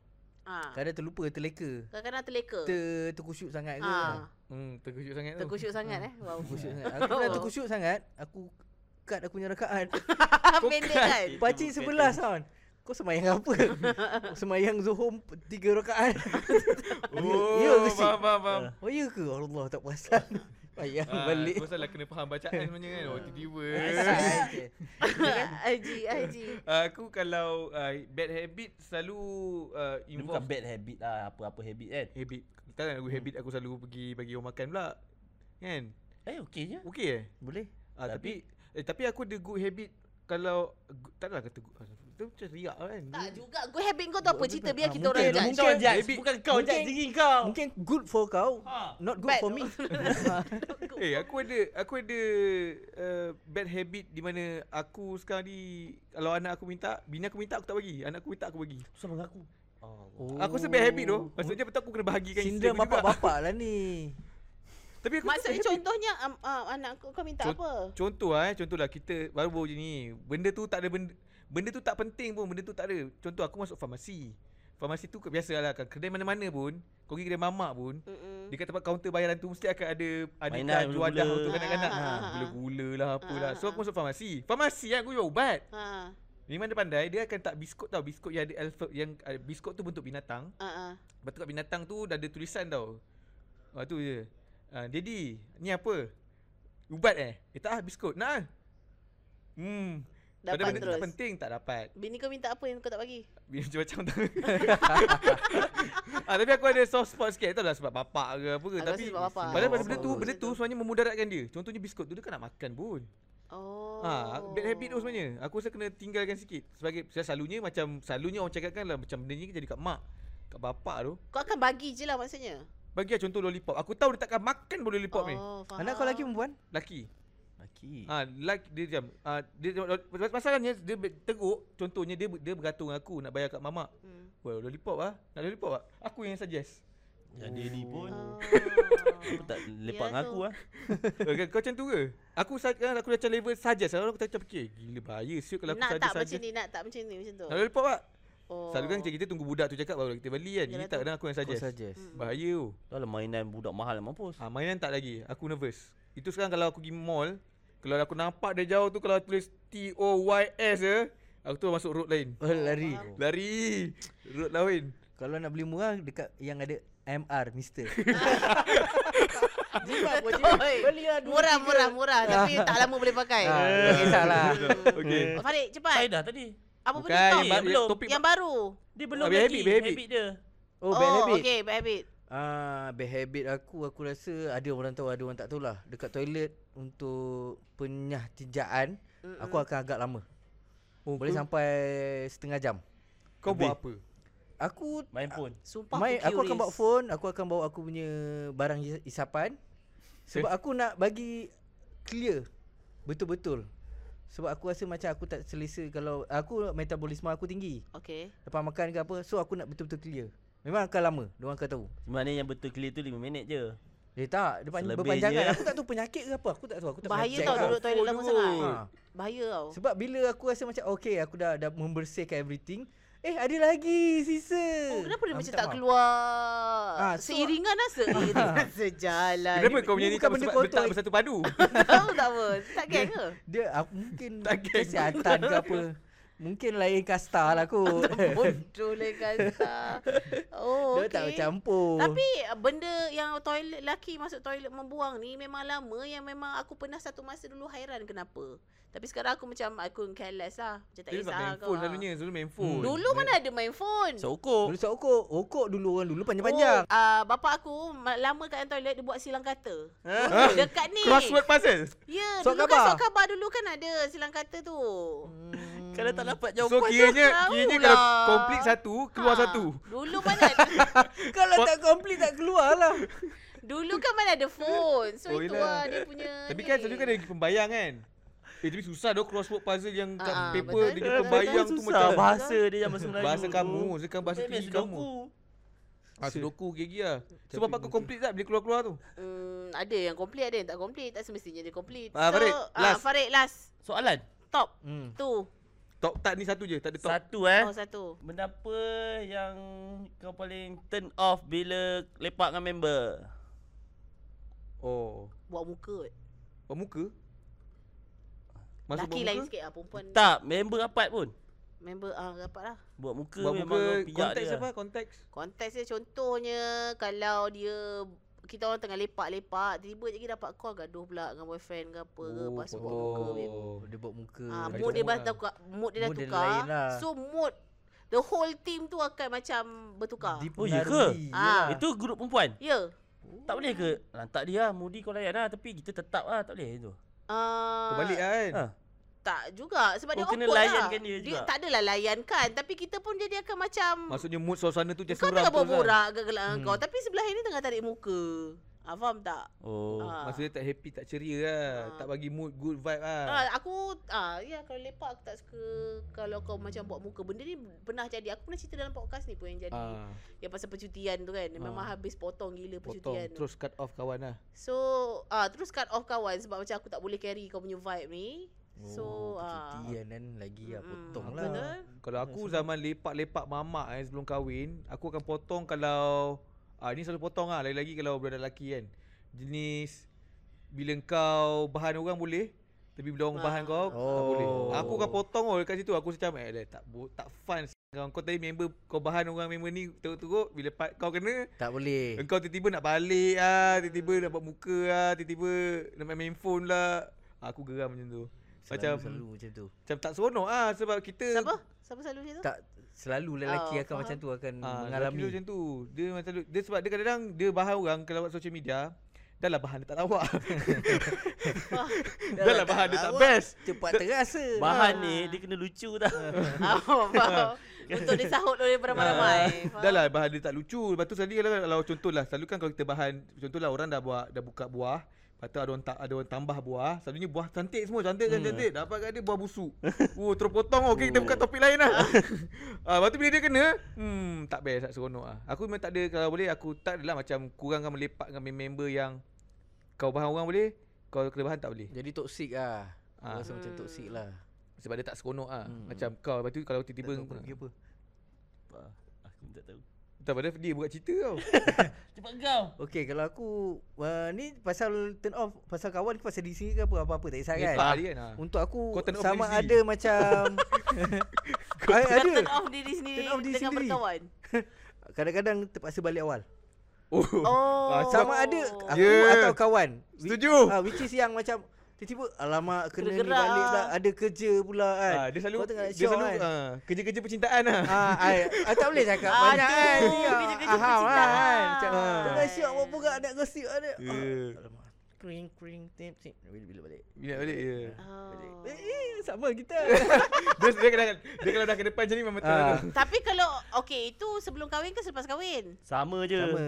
B: Ah.
F: Kadang terlupa terleka.
B: Kadang-kadang terleka.
F: Kan? Ter terkusyuk sangat ke.
B: Ah.
A: Hmm, terkejut sangat tu.
B: Terkusyuk sangat eh. Wow. [laughs]
F: Terkusyuk sangat. Aku pernah
B: Oh.
F: terkusyuk sangat, aku cut aku punya
B: [laughs]
F: rakaat.
B: Pendek kan.
D: Itu
F: Pakcik
D: bukan
F: sebelah kan. Kau
B: [laughs]
F: semayang apa? semayang Zuhur tiga rakaat.
A: Oh,
F: Ya ke sih?
A: faham, faham,
F: [laughs]
A: faham.
F: Oh ya ke? Allah tak
B: [laughs]
F: perasan. Bayang
A: Ah,
F: balik.
A: Kau salah kena faham bacaan sebenarnya kan. Oh, tiba-tiba.
F: Asyik.
B: [laughs] Haji, haji.
A: [laughs] Aku kalau uh, bad habit selalu uh,
D: Dia bukan
A: involve
D: bad habit lah apa-apa habit kan.
A: habit. Tak kan aku habit aku selalu pergi bagi orang makan pula. Kan?
D: Eh okey je.
A: Okey eh?
F: Boleh?
A: Ah, tapi eh, tapi aku ada good habit kalau gu- tak adalah kata good. ah, Tu macam riak kan.
B: Tak juga. Good habit kau tu apa? Cerita biar kita orang
F: mungkin,
B: judge.
D: Bukan kau lah. judge,
A: habit-
D: bukan kau judge
F: mungkin-
D: diri kau.
F: Mungkin good for kau,
D: Ha.
F: not good
B: Bad.
F: for [laughs] me.
A: Eh aku ada aku ada uh, bad habit di mana aku sekarang ni kalau anak aku minta, bini aku minta aku tak bagi, anak aku minta aku bagi.
D: Tu sama dengan aku.
F: Oh.
A: Aku sebab habit tu. Maksudnya betul aku kena bahagikan isteri
F: Sindrom
A: aku juga.
F: bapak-bapak lah ni.
A: Tapi aku
B: Maksudnya contohnya um, uh, anak kau kau minta
A: Cont-
B: apa?
A: Contoh ah, eh, contohlah kita baru-baru je ni. Benda tu tak ada benda benda tu tak penting pun, benda tu tak ada. Contoh aku masuk farmasi. Farmasi tu biasalah kan kedai mana-mana pun, kau pergi kedai mamak pun,
B: Mm-mm.
A: Dekat tempat kaunter bayaran tu mesti akan ada
D: Mainan,
A: aneka juadah
D: gula-gula.
A: untuk kanak-kanak.
B: Ah,
A: Ha,
B: ah, ah.
A: gula-gula lah apalah.
B: Ah,
A: So aku masuk farmasi. Farmasi kan aku jual ubat.
B: Ha.
A: Memang dia pandai, dia akan tak biskut tau. Biskut yang ada alpha yang uh, biskut tu bentuk binatang.
B: Ha. ha.
A: Lepas tu kat binatang tu dah ada tulisan tau. Ah tu je. Ah Daddy, ni apa? Ubat eh? Eh tak ah biskut. Nak ah. Hmm.
B: Dapat
A: Padahal benda tu tak
B: terus.
A: penting tak dapat.
B: Bini kau minta apa yang kau tak bagi?
A: Macam-macam tu [laughs] ah, Tapi aku ada soft spot sikit Tak tahu lah sebab bapak ke apa ke
B: Aku
A: Tapi
B: rasa sebab bapak. Oh,
A: Padahal benda tu
B: sebab
A: Benda
B: bapak.
A: tu sebenarnya memudaratkan dia Contohnya biskut tu Dia kan nak makan pun
B: Oh.
A: ha, Bad habit tu sebenarnya Aku rasa kena tinggalkan sikit Sebagai saya Selalunya macam Selalunya orang cakap kan lah Macam benda ni jadi kat mak Kat bapak tu
B: Kau akan bagi je lah maksudnya.
A: Bagi lah contoh lollipop Aku tahu dia takkan makan pun lollipop ni
B: Oh, faham. Hmm.
F: Anak kau lelaki perempuan?
A: Laki
D: Okey.
A: Ah, like dia macam ah, dia mas- masalahnya dia be- teruk contohnya dia dia bergantung aku nak bayar kat mamak.
B: Hmm.
A: Well, lollipop ah. Nak lollipop ah. Aku yang suggest.
D: Jadi ni pun
B: Oh.
D: aku tak lepak
B: Ya,
D: dengan aku
B: tu.
D: ah.
A: Eh, kau- kau macam tu ke? Aku sekarang aku dah macam level suggest Kalau aku tak macam fikir Gila bahaya siut kalau aku
B: nak tak
A: suggest
B: macam
A: suggest
B: ni, nak tak macam ni, macam tu.
A: Nak lollipop tak?
B: Oh, Oh.
A: Selalu kan kita tunggu budak tu cakap baru kita beli kan. Ini
B: Yalah tu.
A: tak
B: Hmm.
A: kadang aku yang
F: Kau
A: suggest.
F: suggest.
A: Bahaya tu.
D: Dah lah mainan budak mahal lah, mampus.
A: Ah mainan tak lagi. Aku nervous. Itu sekarang kalau aku pergi mall, kalau aku nampak dia jauh tu kalau tulis T O Y S je, aku tu masuk road lain.
F: Oh, lari.
B: faham.
A: Lari road lain.
F: Kalau nak beli murah dekat yang ada MR [laughs] Mister. Jimat pun jimat. Beli lah dua.
B: Murah, murah,
A: [laughs]
B: murah. Tapi tak lama boleh pakai.
F: Ah, tak kisahlah.
A: Okey.
B: Oh, Farid,
D: Saya
B: cepat.
D: dah tadi.
B: Apa
A: Bukan
B: benda kau?
A: yang, ba-
D: Belum.
A: yang topik
B: Yang baru.
D: Dia belum
A: Ah, bad
D: lagi
A: habit, bad habit.
D: habit dia.
F: Oh, bad habit.
B: okay, bad habit.
F: Ah, bad habit aku aku rasa ada orang tahu ada orang tak tahu lah. Dekat toilet untuk penyahtijaan aku akan agak lama.
A: Oh,
F: Boleh
A: kau-
F: sampai setengah jam.
A: Kau buat apa?
F: Aku
D: Main phone.
B: Sumpah
F: main,
B: aku
F: aku akan bawa phone, aku akan bawa aku punya barang is- isapan. Sebab aku nak bagi clear betul-betul. Sebab aku rasa macam aku tak selesa kalau aku metabolisme aku tinggi.
B: Okay.
F: Lepas makan ke apa, so aku nak betul-betul clear. Memang akan lama, dia orang akan tahu.
D: Maknanya yang betul clear tu 5 minit je.
F: Dia tak, dia pan-
D: Selebihnya-
F: berpanjangan. Aku tak tahu penyakit ke apa, aku tak tahu. Aku tak
B: Bahaya
F: pernah check
B: tau
F: lah.
B: duduk toilet lama sangat.
F: Ha.
B: Bahaya tau.
F: Sebab bila aku rasa macam okay, aku dah dah membersihkan everything, eh ada lagi sisa.
B: Oh, kenapa dia
F: Ah,
B: macam
F: minta
B: tak
F: maaf.
B: keluar?
F: Ah, so-
B: Seiringan lah seiringan sejalan.
A: Kenapa
F: ni-
A: kau punya
F: ni
A: ni
F: bukan
A: tak
F: benda
A: bersebab-
F: kotor.
A: tak bersatu padu?
B: [laughs] Tahu [laughs] tak apa? Tak geng ke?
F: Dia aku, mungkin
A: [laughs] Tak geng.
F: kesihatan ke apa. Mungkin lain kasta lah
A: [laughs]
F: kot.
B: Bodoh lah kata. Oh,
F: Dia tak
B: okay.
F: campur.
B: Tapi uh, benda yang toilet laki masuk toilet membuang ni memang lama yang memang aku pernah satu masa dulu hairan kenapa. Tapi sekarang aku macam aku careless lah. Macam tak
A: Dia
B: kisah
A: sebab
B: lah
A: main
B: kau.
A: phone
B: ah.
A: selalunya, selalu main phone.
B: Dulu mana ada main phone.
D: So okok.
F: Dulu sok okok. Okok dulu orang dulu panjang-panjang.
B: Oh, uh, bapa aku ma- lama kat dalam toilet dia buat silang kata.
A: Ha?
B: Dekat ni.
A: Crossword puzzle.
B: Ya,
F: Surat
B: dulu
F: khabar.
B: kan sok khabar dulu kan ada silang kata tu.
A: Hmm,
D: Kalau tak dapat
B: Ya
A: So
D: jawapan.
A: kiranya
B: tahu
A: kiranya
B: lah.
A: kalau komplit satu, keluar
B: Ha,
A: satu.
B: Dulu mana
A: [laughs]
B: ada-
A: Oh.
F: Kalau tak komplit tak keluar lah.
B: dulu kan mana ada phone. So
A: Oh,
B: itu lah
A: yelah.
B: dia punya.
A: [laughs] Tapi
B: ni.
A: kan selalu kan ada pembayang kan. Eh tapi susah doh crossword puzzle yang kat
B: Ah, ah,
A: paper
B: betul.
A: dengan
B: Betul,
A: pembayang tu
D: Susah
A: macam
D: bahasa dia yang bahasa Melayu.
A: bahasa
D: tu.
A: kamu, sekarang bahasa
D: Dia main
A: tinggi kamu.
D: sudoku.
A: Ah sudoku gigi lah. So bapak kau complete tak bila keluar-keluar tu?
B: Hmm, ada yang complete ada yang tak complete. Tak semestinya dia complete.
A: Ah, Farid,
B: ah,
A: last.
B: Farid last.
D: Soalan.
B: Top.
F: Hmm.
B: Tu.
A: Top tak ni satu je, tak ada top.
D: Satu eh.
B: Oh satu.
D: Benda apa yang kau paling turn off bila lepak dengan member?
A: Oh.
B: Buat muka. kot.
A: Buat muka? Masuk
B: Laki
A: buat
B: lain
A: muka?
B: sikit lah perempuan.
D: Tak, member rapat pun.
B: Member ah rapat lah.
D: Buat muka
A: Buat
D: memang
A: muka,
D: kau pijak
A: konteks
D: dia.
A: apa? Konteks?
B: Konteks dia contohnya kalau dia kita orang tengah lepak-lepak tiba-tiba je kita dapat call gaduh pula dengan boyfriend ke apa ke lepas tu buat muka babe.
A: Oh.
F: Dia buat muka.
B: Ah,
A: Kacau
B: mood dia dah
A: lah.
B: tukar, mood dia dah
F: Mood dia
B: tukar.
F: lain lah.
B: So mood the whole team tu akan macam bertukar.
D: Oh, ya ke?
F: Dipengaruhi,
B: Ah.
F: yelah.
D: Itu grup perempuan.
B: Ya. Yeah.
D: Tak boleh ke? Lantak dia lah, mudi kau layan lah. Tapi kita tetap lah, tak boleh tu.
B: Uh,
A: Kau balik lah kan?
D: Ha.
B: Tak juga sebab
D: Oh,
B: dia
D: kena
B: awkward lah.
D: layankan dia juga.
B: tak adalah layankan tapi kita pun jadi akan macam
A: Maksudnya mood suasana tu macam
B: kau
A: suram
B: tengah
A: betul kan?
B: berborak gelak hmm. kau tapi sebelah ini tengah tarik muka. Ah, faham tak?
D: Oh.
B: Ah.
A: Maksudnya tak happy, tak ceria lah.
B: Ah.
A: Tak bagi mood, good vibe lah.
B: Ah, aku ah ya kalau lepak aku tak suka kalau kau macam buat muka. Benda ni pernah jadi. Aku pernah cerita dalam podcast ni pun yang jadi.
A: Ah,
B: Yang pasal percutian tu kan. Memang
A: Ah.
B: habis potong gila
A: potong.
B: percutian. tu.
A: Terus cut off kawan lah.
B: So ah terus cut off kawan sebab macam aku tak boleh carry kau punya vibe ni. So
F: Oh,
B: ah
F: percutian kan lagi lah.
A: Hmm,
B: mm,
F: Potong
B: betul.
F: lah.
A: Kalau aku zaman lepak-lepak mamak eh, sebelum kahwin, aku akan potong kalau ah ni selalu potong ah lagi-lagi kalau budak lelaki kan. Jenis bila kau bahan orang boleh tapi bila orang bahan kau tak
F: Oh.
A: boleh. Aku akan potong oh dekat situ aku macam eh leh, tak bo- tak fun s- kau kau tadi member kau bahan orang member ni teruk-teruk bila part kau kena
F: Tak boleh.
A: engkau tiba-tiba nak balik ah, tiba-tiba nak buat muka ah, tiba-tiba nak main, main phone lah. Aku geram macam tu. Macam
F: Selalu, selalu macam tu.
A: macam tak seronok ah sebab kita
B: Siapa? Siapa selalu macam [laughs] tu?
F: Tak selalu lelaki
B: Oh,
F: akan macam tu akan
A: Ah, Lelaki
F: mengalami.
A: dia
F: [laughs]
A: macam tu. Dia macam tu. Dia sebab dia kadang-kadang dia bahan orang kalau buat social media, dah lah bahan dia tak [laughs] lawa. dah lah bahan dia tak best.
F: Cepat terasa.
D: Bahan ni, dia kena lucu
A: [laughs]
D: tak?
B: Ah, faham. Untuk disahut oleh beramai-ramai.
A: [laughs]
F: Ah.
A: Dah lah bahan dia tak lucu. Lepas tu tadi kalau, kalau contohlah, selalu kan kalau kita bahan, contohlah orang dah buat dah buka buah, Lepas tu ada orang, ta- ada orang tambah buah Selalunya buah cantik semua Cantik kan
F: Hmm.
A: cantik Dapat kat dia buah
F: [laughs]
A: busuk Oh terpotong Okay kita buka topik lain lah ah, Lepas tu bila dia kena Hmm tak best tak seronok lah Aku memang tak ada Kalau boleh aku tak adalah Macam kurangkan melepak dengan member yang Kau bahan orang boleh Kau kena bahan tak boleh
F: Jadi toksik lah.
A: Ah.
F: Ah. Rasa macam toksik
A: lah.
F: lah. Hmm.
A: Sebab dia tak seronok ah. Macam kau lepas tu kalau tiba-tiba
F: Kau nak pergi apa?
D: Ah, tak tahu.
A: Tak pada dia buat cerita tau.
D: Cepat kau.
F: Okey, kalau aku uh, ni pasal turn off, pasal kawan ke pasal diri sendiri ke apa apa-apa [laughs] tak kisah
A: Lepak
F: kan.
A: dia kan. ha.
F: Untuk aku
A: Kau turn off diri
F: sama ada
A: sendiri. [laughs]
F: macam
B: Kau
F: Eh, ada
B: turn off diri sendiri
F: Turn off diri
B: dengan
F: sendiri.
B: berkawan.
F: kadang-kadang terpaksa balik awal.
A: Oh.
B: Oh.
A: Ah,
F: Sama ada aku
A: Yeah.
F: atau kawan. Wi-
A: Setuju.
F: Ah, which is yang macam tiba-tiba alamak kena ni
B: Tergerak
F: balik
B: ah.
F: pula ada kerja pula kan.
A: lah. Ah, dia selalu
F: Kau tengah
A: dia selalu
F: kan.
A: ah, kerja-kerja percintaan lah.
F: Ah, I, I tak boleh cakap
B: Aduh,
F: banyak kan.
B: kerja-kerja
F: Aham kan. Macam
B: percintaan.
F: tengah siap buat borak nak gosip ada. Ah,
A: Ya.
F: Alamak. Kring kring tip tip. Bila-bila balik.
A: Bila balik ya.
B: Oh.
F: Eh, eh, sama kita.
A: Dia dia kena dia kalau dah ke depan macam ni memang betul.
F: [laughs]
A: lah
F: Ah.
A: tu.
B: Tapi kalau okey itu sebelum kahwin ke selepas kahwin?
D: Sama je. [laughs]
F: sama.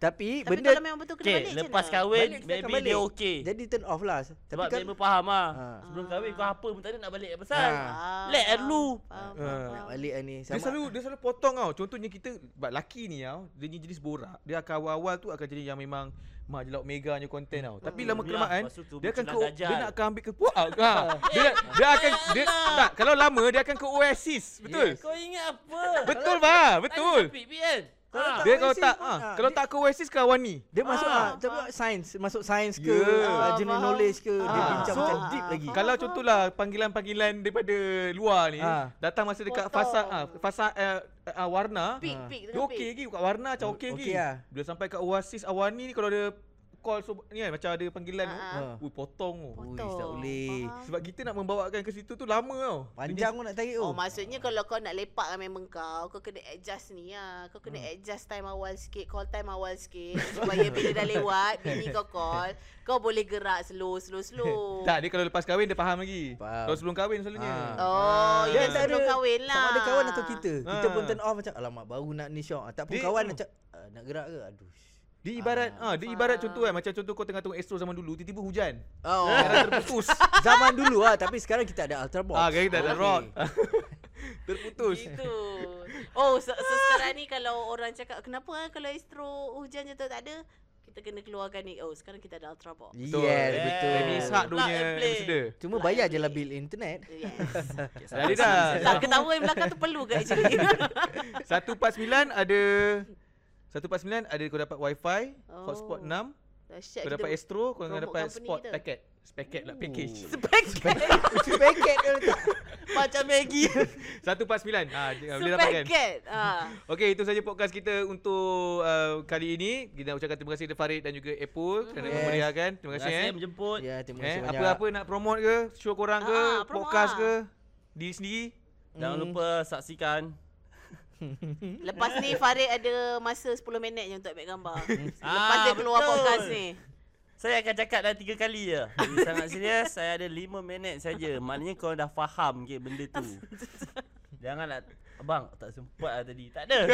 F: Tapi
B: Tapi
F: benda
B: kalau memang betul kena
D: Okay,
B: balik macam
D: lepas
B: mana?
F: Balik
D: kahwin
F: kita akan
D: maybe dia
F: balik.
D: okey.
F: jadi turn off lah. Tapi
D: Sebab
F: kan
D: member faham ah.
F: Ha.
D: Sebelum kahwin kau apa pun tak ada nak balik apa pasal.
F: Ah.
B: Ah,
D: Let and
B: faham,
D: lu.
B: faham,
A: Ah.
B: faham,
F: nak
B: faham.
F: balik lah ni
A: Dia
F: sama.
A: selalu dia selalu potong tau. Contohnya kita sebab laki ni tau, dia ni jenis borak. Dia akan awal-awal tu akan jadi yang memang mak jelak mega punya konten tau. Tapi lama
D: Yelah,
A: kelamaan
D: lepas tu tu
A: dia akan ke
D: bercelah
A: dia
D: dajal.
A: nak akan ambil ke puak. Ha. Dia nak- dia akan dia tak kalau lama dia akan ke Oasis. Betul.
F: Yes.
D: Kau ingat apa?
A: Betul bah, betul.
D: Tanya Syafiq, PN.
F: Kalau
D: Ha.
F: tak-
A: Dia kalau
F: Oasis
A: tak
F: pun,
A: ah,
F: ah,
A: kalau
F: dia-
A: tak ke Oasis ke Awan ni.
F: Dia masuk
B: Ah,
F: ah, tapi
B: faham.
F: sains, masuk sains ke,
A: Yeah.
F: ah,
B: Ah,
F: general
B: faham.
F: knowledge ke, dia
A: Ah.
F: bincang
A: So,
F: macam deep lagi.
B: Faham,
A: Kalau
B: faham.
A: contohlah panggilan-panggilan daripada luar ni
F: Ah.
A: datang masa dekat
B: Potong.
A: fasa ah, fasa eh, ah, warna
B: Pik,
F: Ah.
B: pik
A: dia
B: dengan
A: okey
B: pik.
A: lagi kat warna macam okey lagi.
F: Okey lah.
A: Bila sampai kat Oasis Awani ni kalau ada call so, ni kan macam ada panggilan tu.
B: Ah,
F: ah.
A: Ui potong tu.
F: Ui,
B: Potong,
F: tak boleh.
B: faham.
A: Sebab kita nak membawakan ke situ tu lama tau.
F: Panjang pun nak tarik tu.
B: Oh, maksudnya kalau kau nak lepak dengan member kau, kau kena adjust ni lah. Kau kena adjust time awal sikit, call time awal sikit. Supaya bila dah lewat, bini kau call, kau boleh gerak slow, slow, slow.
A: [laughs] Tak, dia kalau lepas kahwin dia faham lagi.
F: Faham.
A: Kalau sebelum kahwin selalunya.
B: Oh,
F: Ah.
A: Ah.
B: you
A: Dia
B: dah sebelum kahwin lah.
F: Sama ada kawan atau kita. Kita pun
A: Ah.
F: turn off macam alamak baru nak ni syok. Ah, Tak pun
A: Dia-
F: kawan
A: ah.
F: macam ah, nak gerak ke? Aduh.
A: Dia ibarat ah, dia ibarat
B: faham.
A: contoh kan macam contoh kau tengah tengok Astro zaman dulu tiba-tiba hujan.
F: Oh.
A: Sekarang terputus.
F: Zaman dulu ah tapi sekarang kita ada Ultra [laughs] Box.
A: ah, kira kita ada
F: Okey.
A: rock. [laughs] Terputus.
B: Gitu. Oh, so, so sekarang ni kalau orang cakap kenapa ah kalau Astro hujan jatuh tak ada, kita kena keluarkan ni. Oh, sekarang kita ada Ultrabox.
F: Yes,
A: Eh,
F: betul.
A: Remy Ishak
D: Plug
A: dunia
D: and play.
A: ambassador.
F: Cuma bayar je lah bil internet.
B: Yes.
A: Dah dia dah.
B: tak ketawa yang belakang tu perlu ke actually?
A: 149 ada 149 ada kau dapat wifi, hotspot
B: Oh.
A: 6,
B: Dahsyat
A: kau
B: kita
A: dapat Astro, kau akan
B: promote
A: dapat
B: company
A: spot
B: kita.
A: packet. Packet lah,
D: [laughs]
A: package.
B: Sebagai
F: Paket dia letak.
D: Ha.
B: macam
A: [laughs]
B: Maggie.
A: 149. Ha, j- boleh dapatkan.
B: Sebagai. Ah.
A: Okey, itu saja podcast kita untuk uh, kali ini. Kita nak ucapkan terima kasih kepada Farid dan juga Apple kerana
F: Yes.
A: memeriahkan. Terima
D: Terima
A: kasih
D: kasih
A: eh.
D: menjemput.
F: Ya, terima
A: eh
F: kasih banyak.
A: apa-apa nak promote ke, show korang ke,
B: Ah, promote
A: podcast
B: ah.
A: ke, diri
B: [laughs]
A: sendiri.
D: Jangan
F: Hmm.
D: lupa saksikan.
B: Lepas ni Farid ada masa 10 minit je untuk ambil gambar. Lepas dia keluar
D: betul.
B: podcast ni.
D: Saya akan cakap dah tiga kali je.
B: [laughs]
D: Ini sangat serius. Saya ada lima minit saja. Maknanya kau dah faham ke benda tu.
B: [laughs]
D: Jangan nak Abang tak sempat lah tadi Tak ada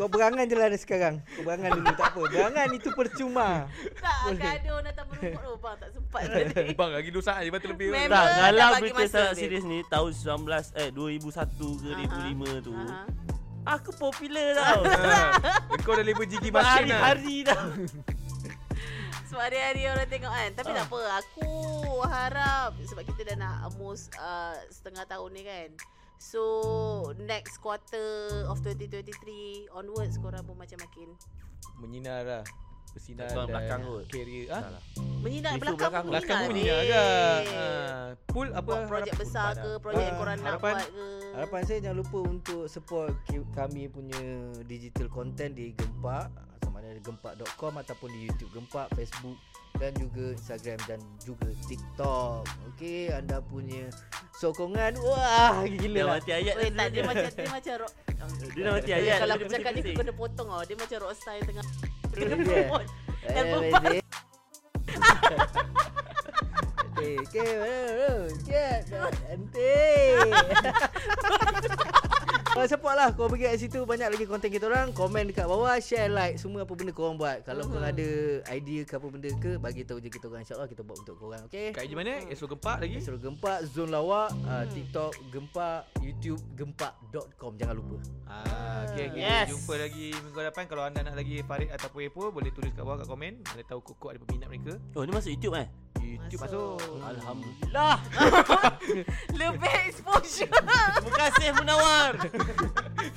F: Kau berangan je lah dari sekarang. Kau berangan dulu tak apa. Berangan itu percuma.
B: Tak, akan ada orang datang merungkut oh bang tak sempat tadi.
A: Bang, lagi 2 saat je patut lebih. [laughs]
B: Memang.
D: Tak
B: dah
D: Kalau
B: bagi
D: berita
B: masa,
D: sangat
B: babe.
D: serius ni Tahun 19 Eh 2001 ke 2005 tu
B: Aha.
D: Aku popular tau
A: Ha, Kau dah label gigi masin lah.
D: Hari-hari dah
B: Sebab hari-hari orang tengok kan Tapi tak apa Aku harap Sebab kita dah nak almost uh, Setengah tahun ni kan So Next quarter Of 2023 Onwards korang pun macam makin
A: Menyinar lah. Bersinar
D: Abang belakang kot.
A: Career. Ha?
D: Salah.
B: Menyinat
D: Besok
B: belakang,
D: belakang.
B: pun
A: Belakang pun
B: menyinat
A: menyinar agak. Ha. Pool apa?
B: Buat projek
A: harap-
B: besar ke
D: depan lah.
B: Projek yang
F: Ah,
B: korang nak
A: harapan-
B: buat ke
F: Harapan saya jangan lupa untuk support ki- kami punya digital content di Gempak sama ada di gempak.com ataupun di YouTube Gempak, Facebook dan juga Instagram dan juga TikTok. Okey, anda punya sokongan wah
A: Ya,
D: Dia
F: gila. lah.
D: mati ayat
B: Weh tak dia macam Dia macam rock
D: [laughs] Dia dah mati ayat
B: Kalau
D: Dia
B: aku cakap ni
D: pusing-pusing.
B: aku kena potong tau Dia macam rockstar yang tengah
F: Ya.
B: Kena promote Dan
F: Eh,
B: beban
F: Zik. Eh, okay, baru, get, nanti. Kau support lah Kau pergi kat situ Banyak lagi konten kita orang Komen dekat bawah Share like Semua apa benda korang buat Kalau korang ada idea ke apa benda ke bagi tahu je kita orang InsyaAllah kita buat untuk korang Okay
A: Kat je mana? Esok gempak lagi?
F: Suruh gempak Zon lawak uh, TikTok gempak YouTube gempak.com Jangan lupa
A: Ah, okay, okay.
D: Yes.
A: Jumpa lagi minggu depan Kalau anda nak lagi Farid ataupun Epo Boleh tulis kat bawah kat komen Mana tahu kok-kok ada peminat mereka
D: Oh ni masuk YouTube eh
A: YouTube masuk.
D: Alhamdulillah.
B: Lebih exposure. [laughs]
D: Terima kasih Munawar.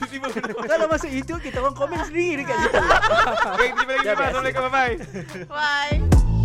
A: Tiba-tiba
F: Kalau masuk YouTube kita orang komen sendiri dekat situ.
A: Okay, jumpa lagi. Assalamualaikum. Bye-bye.
B: Bye.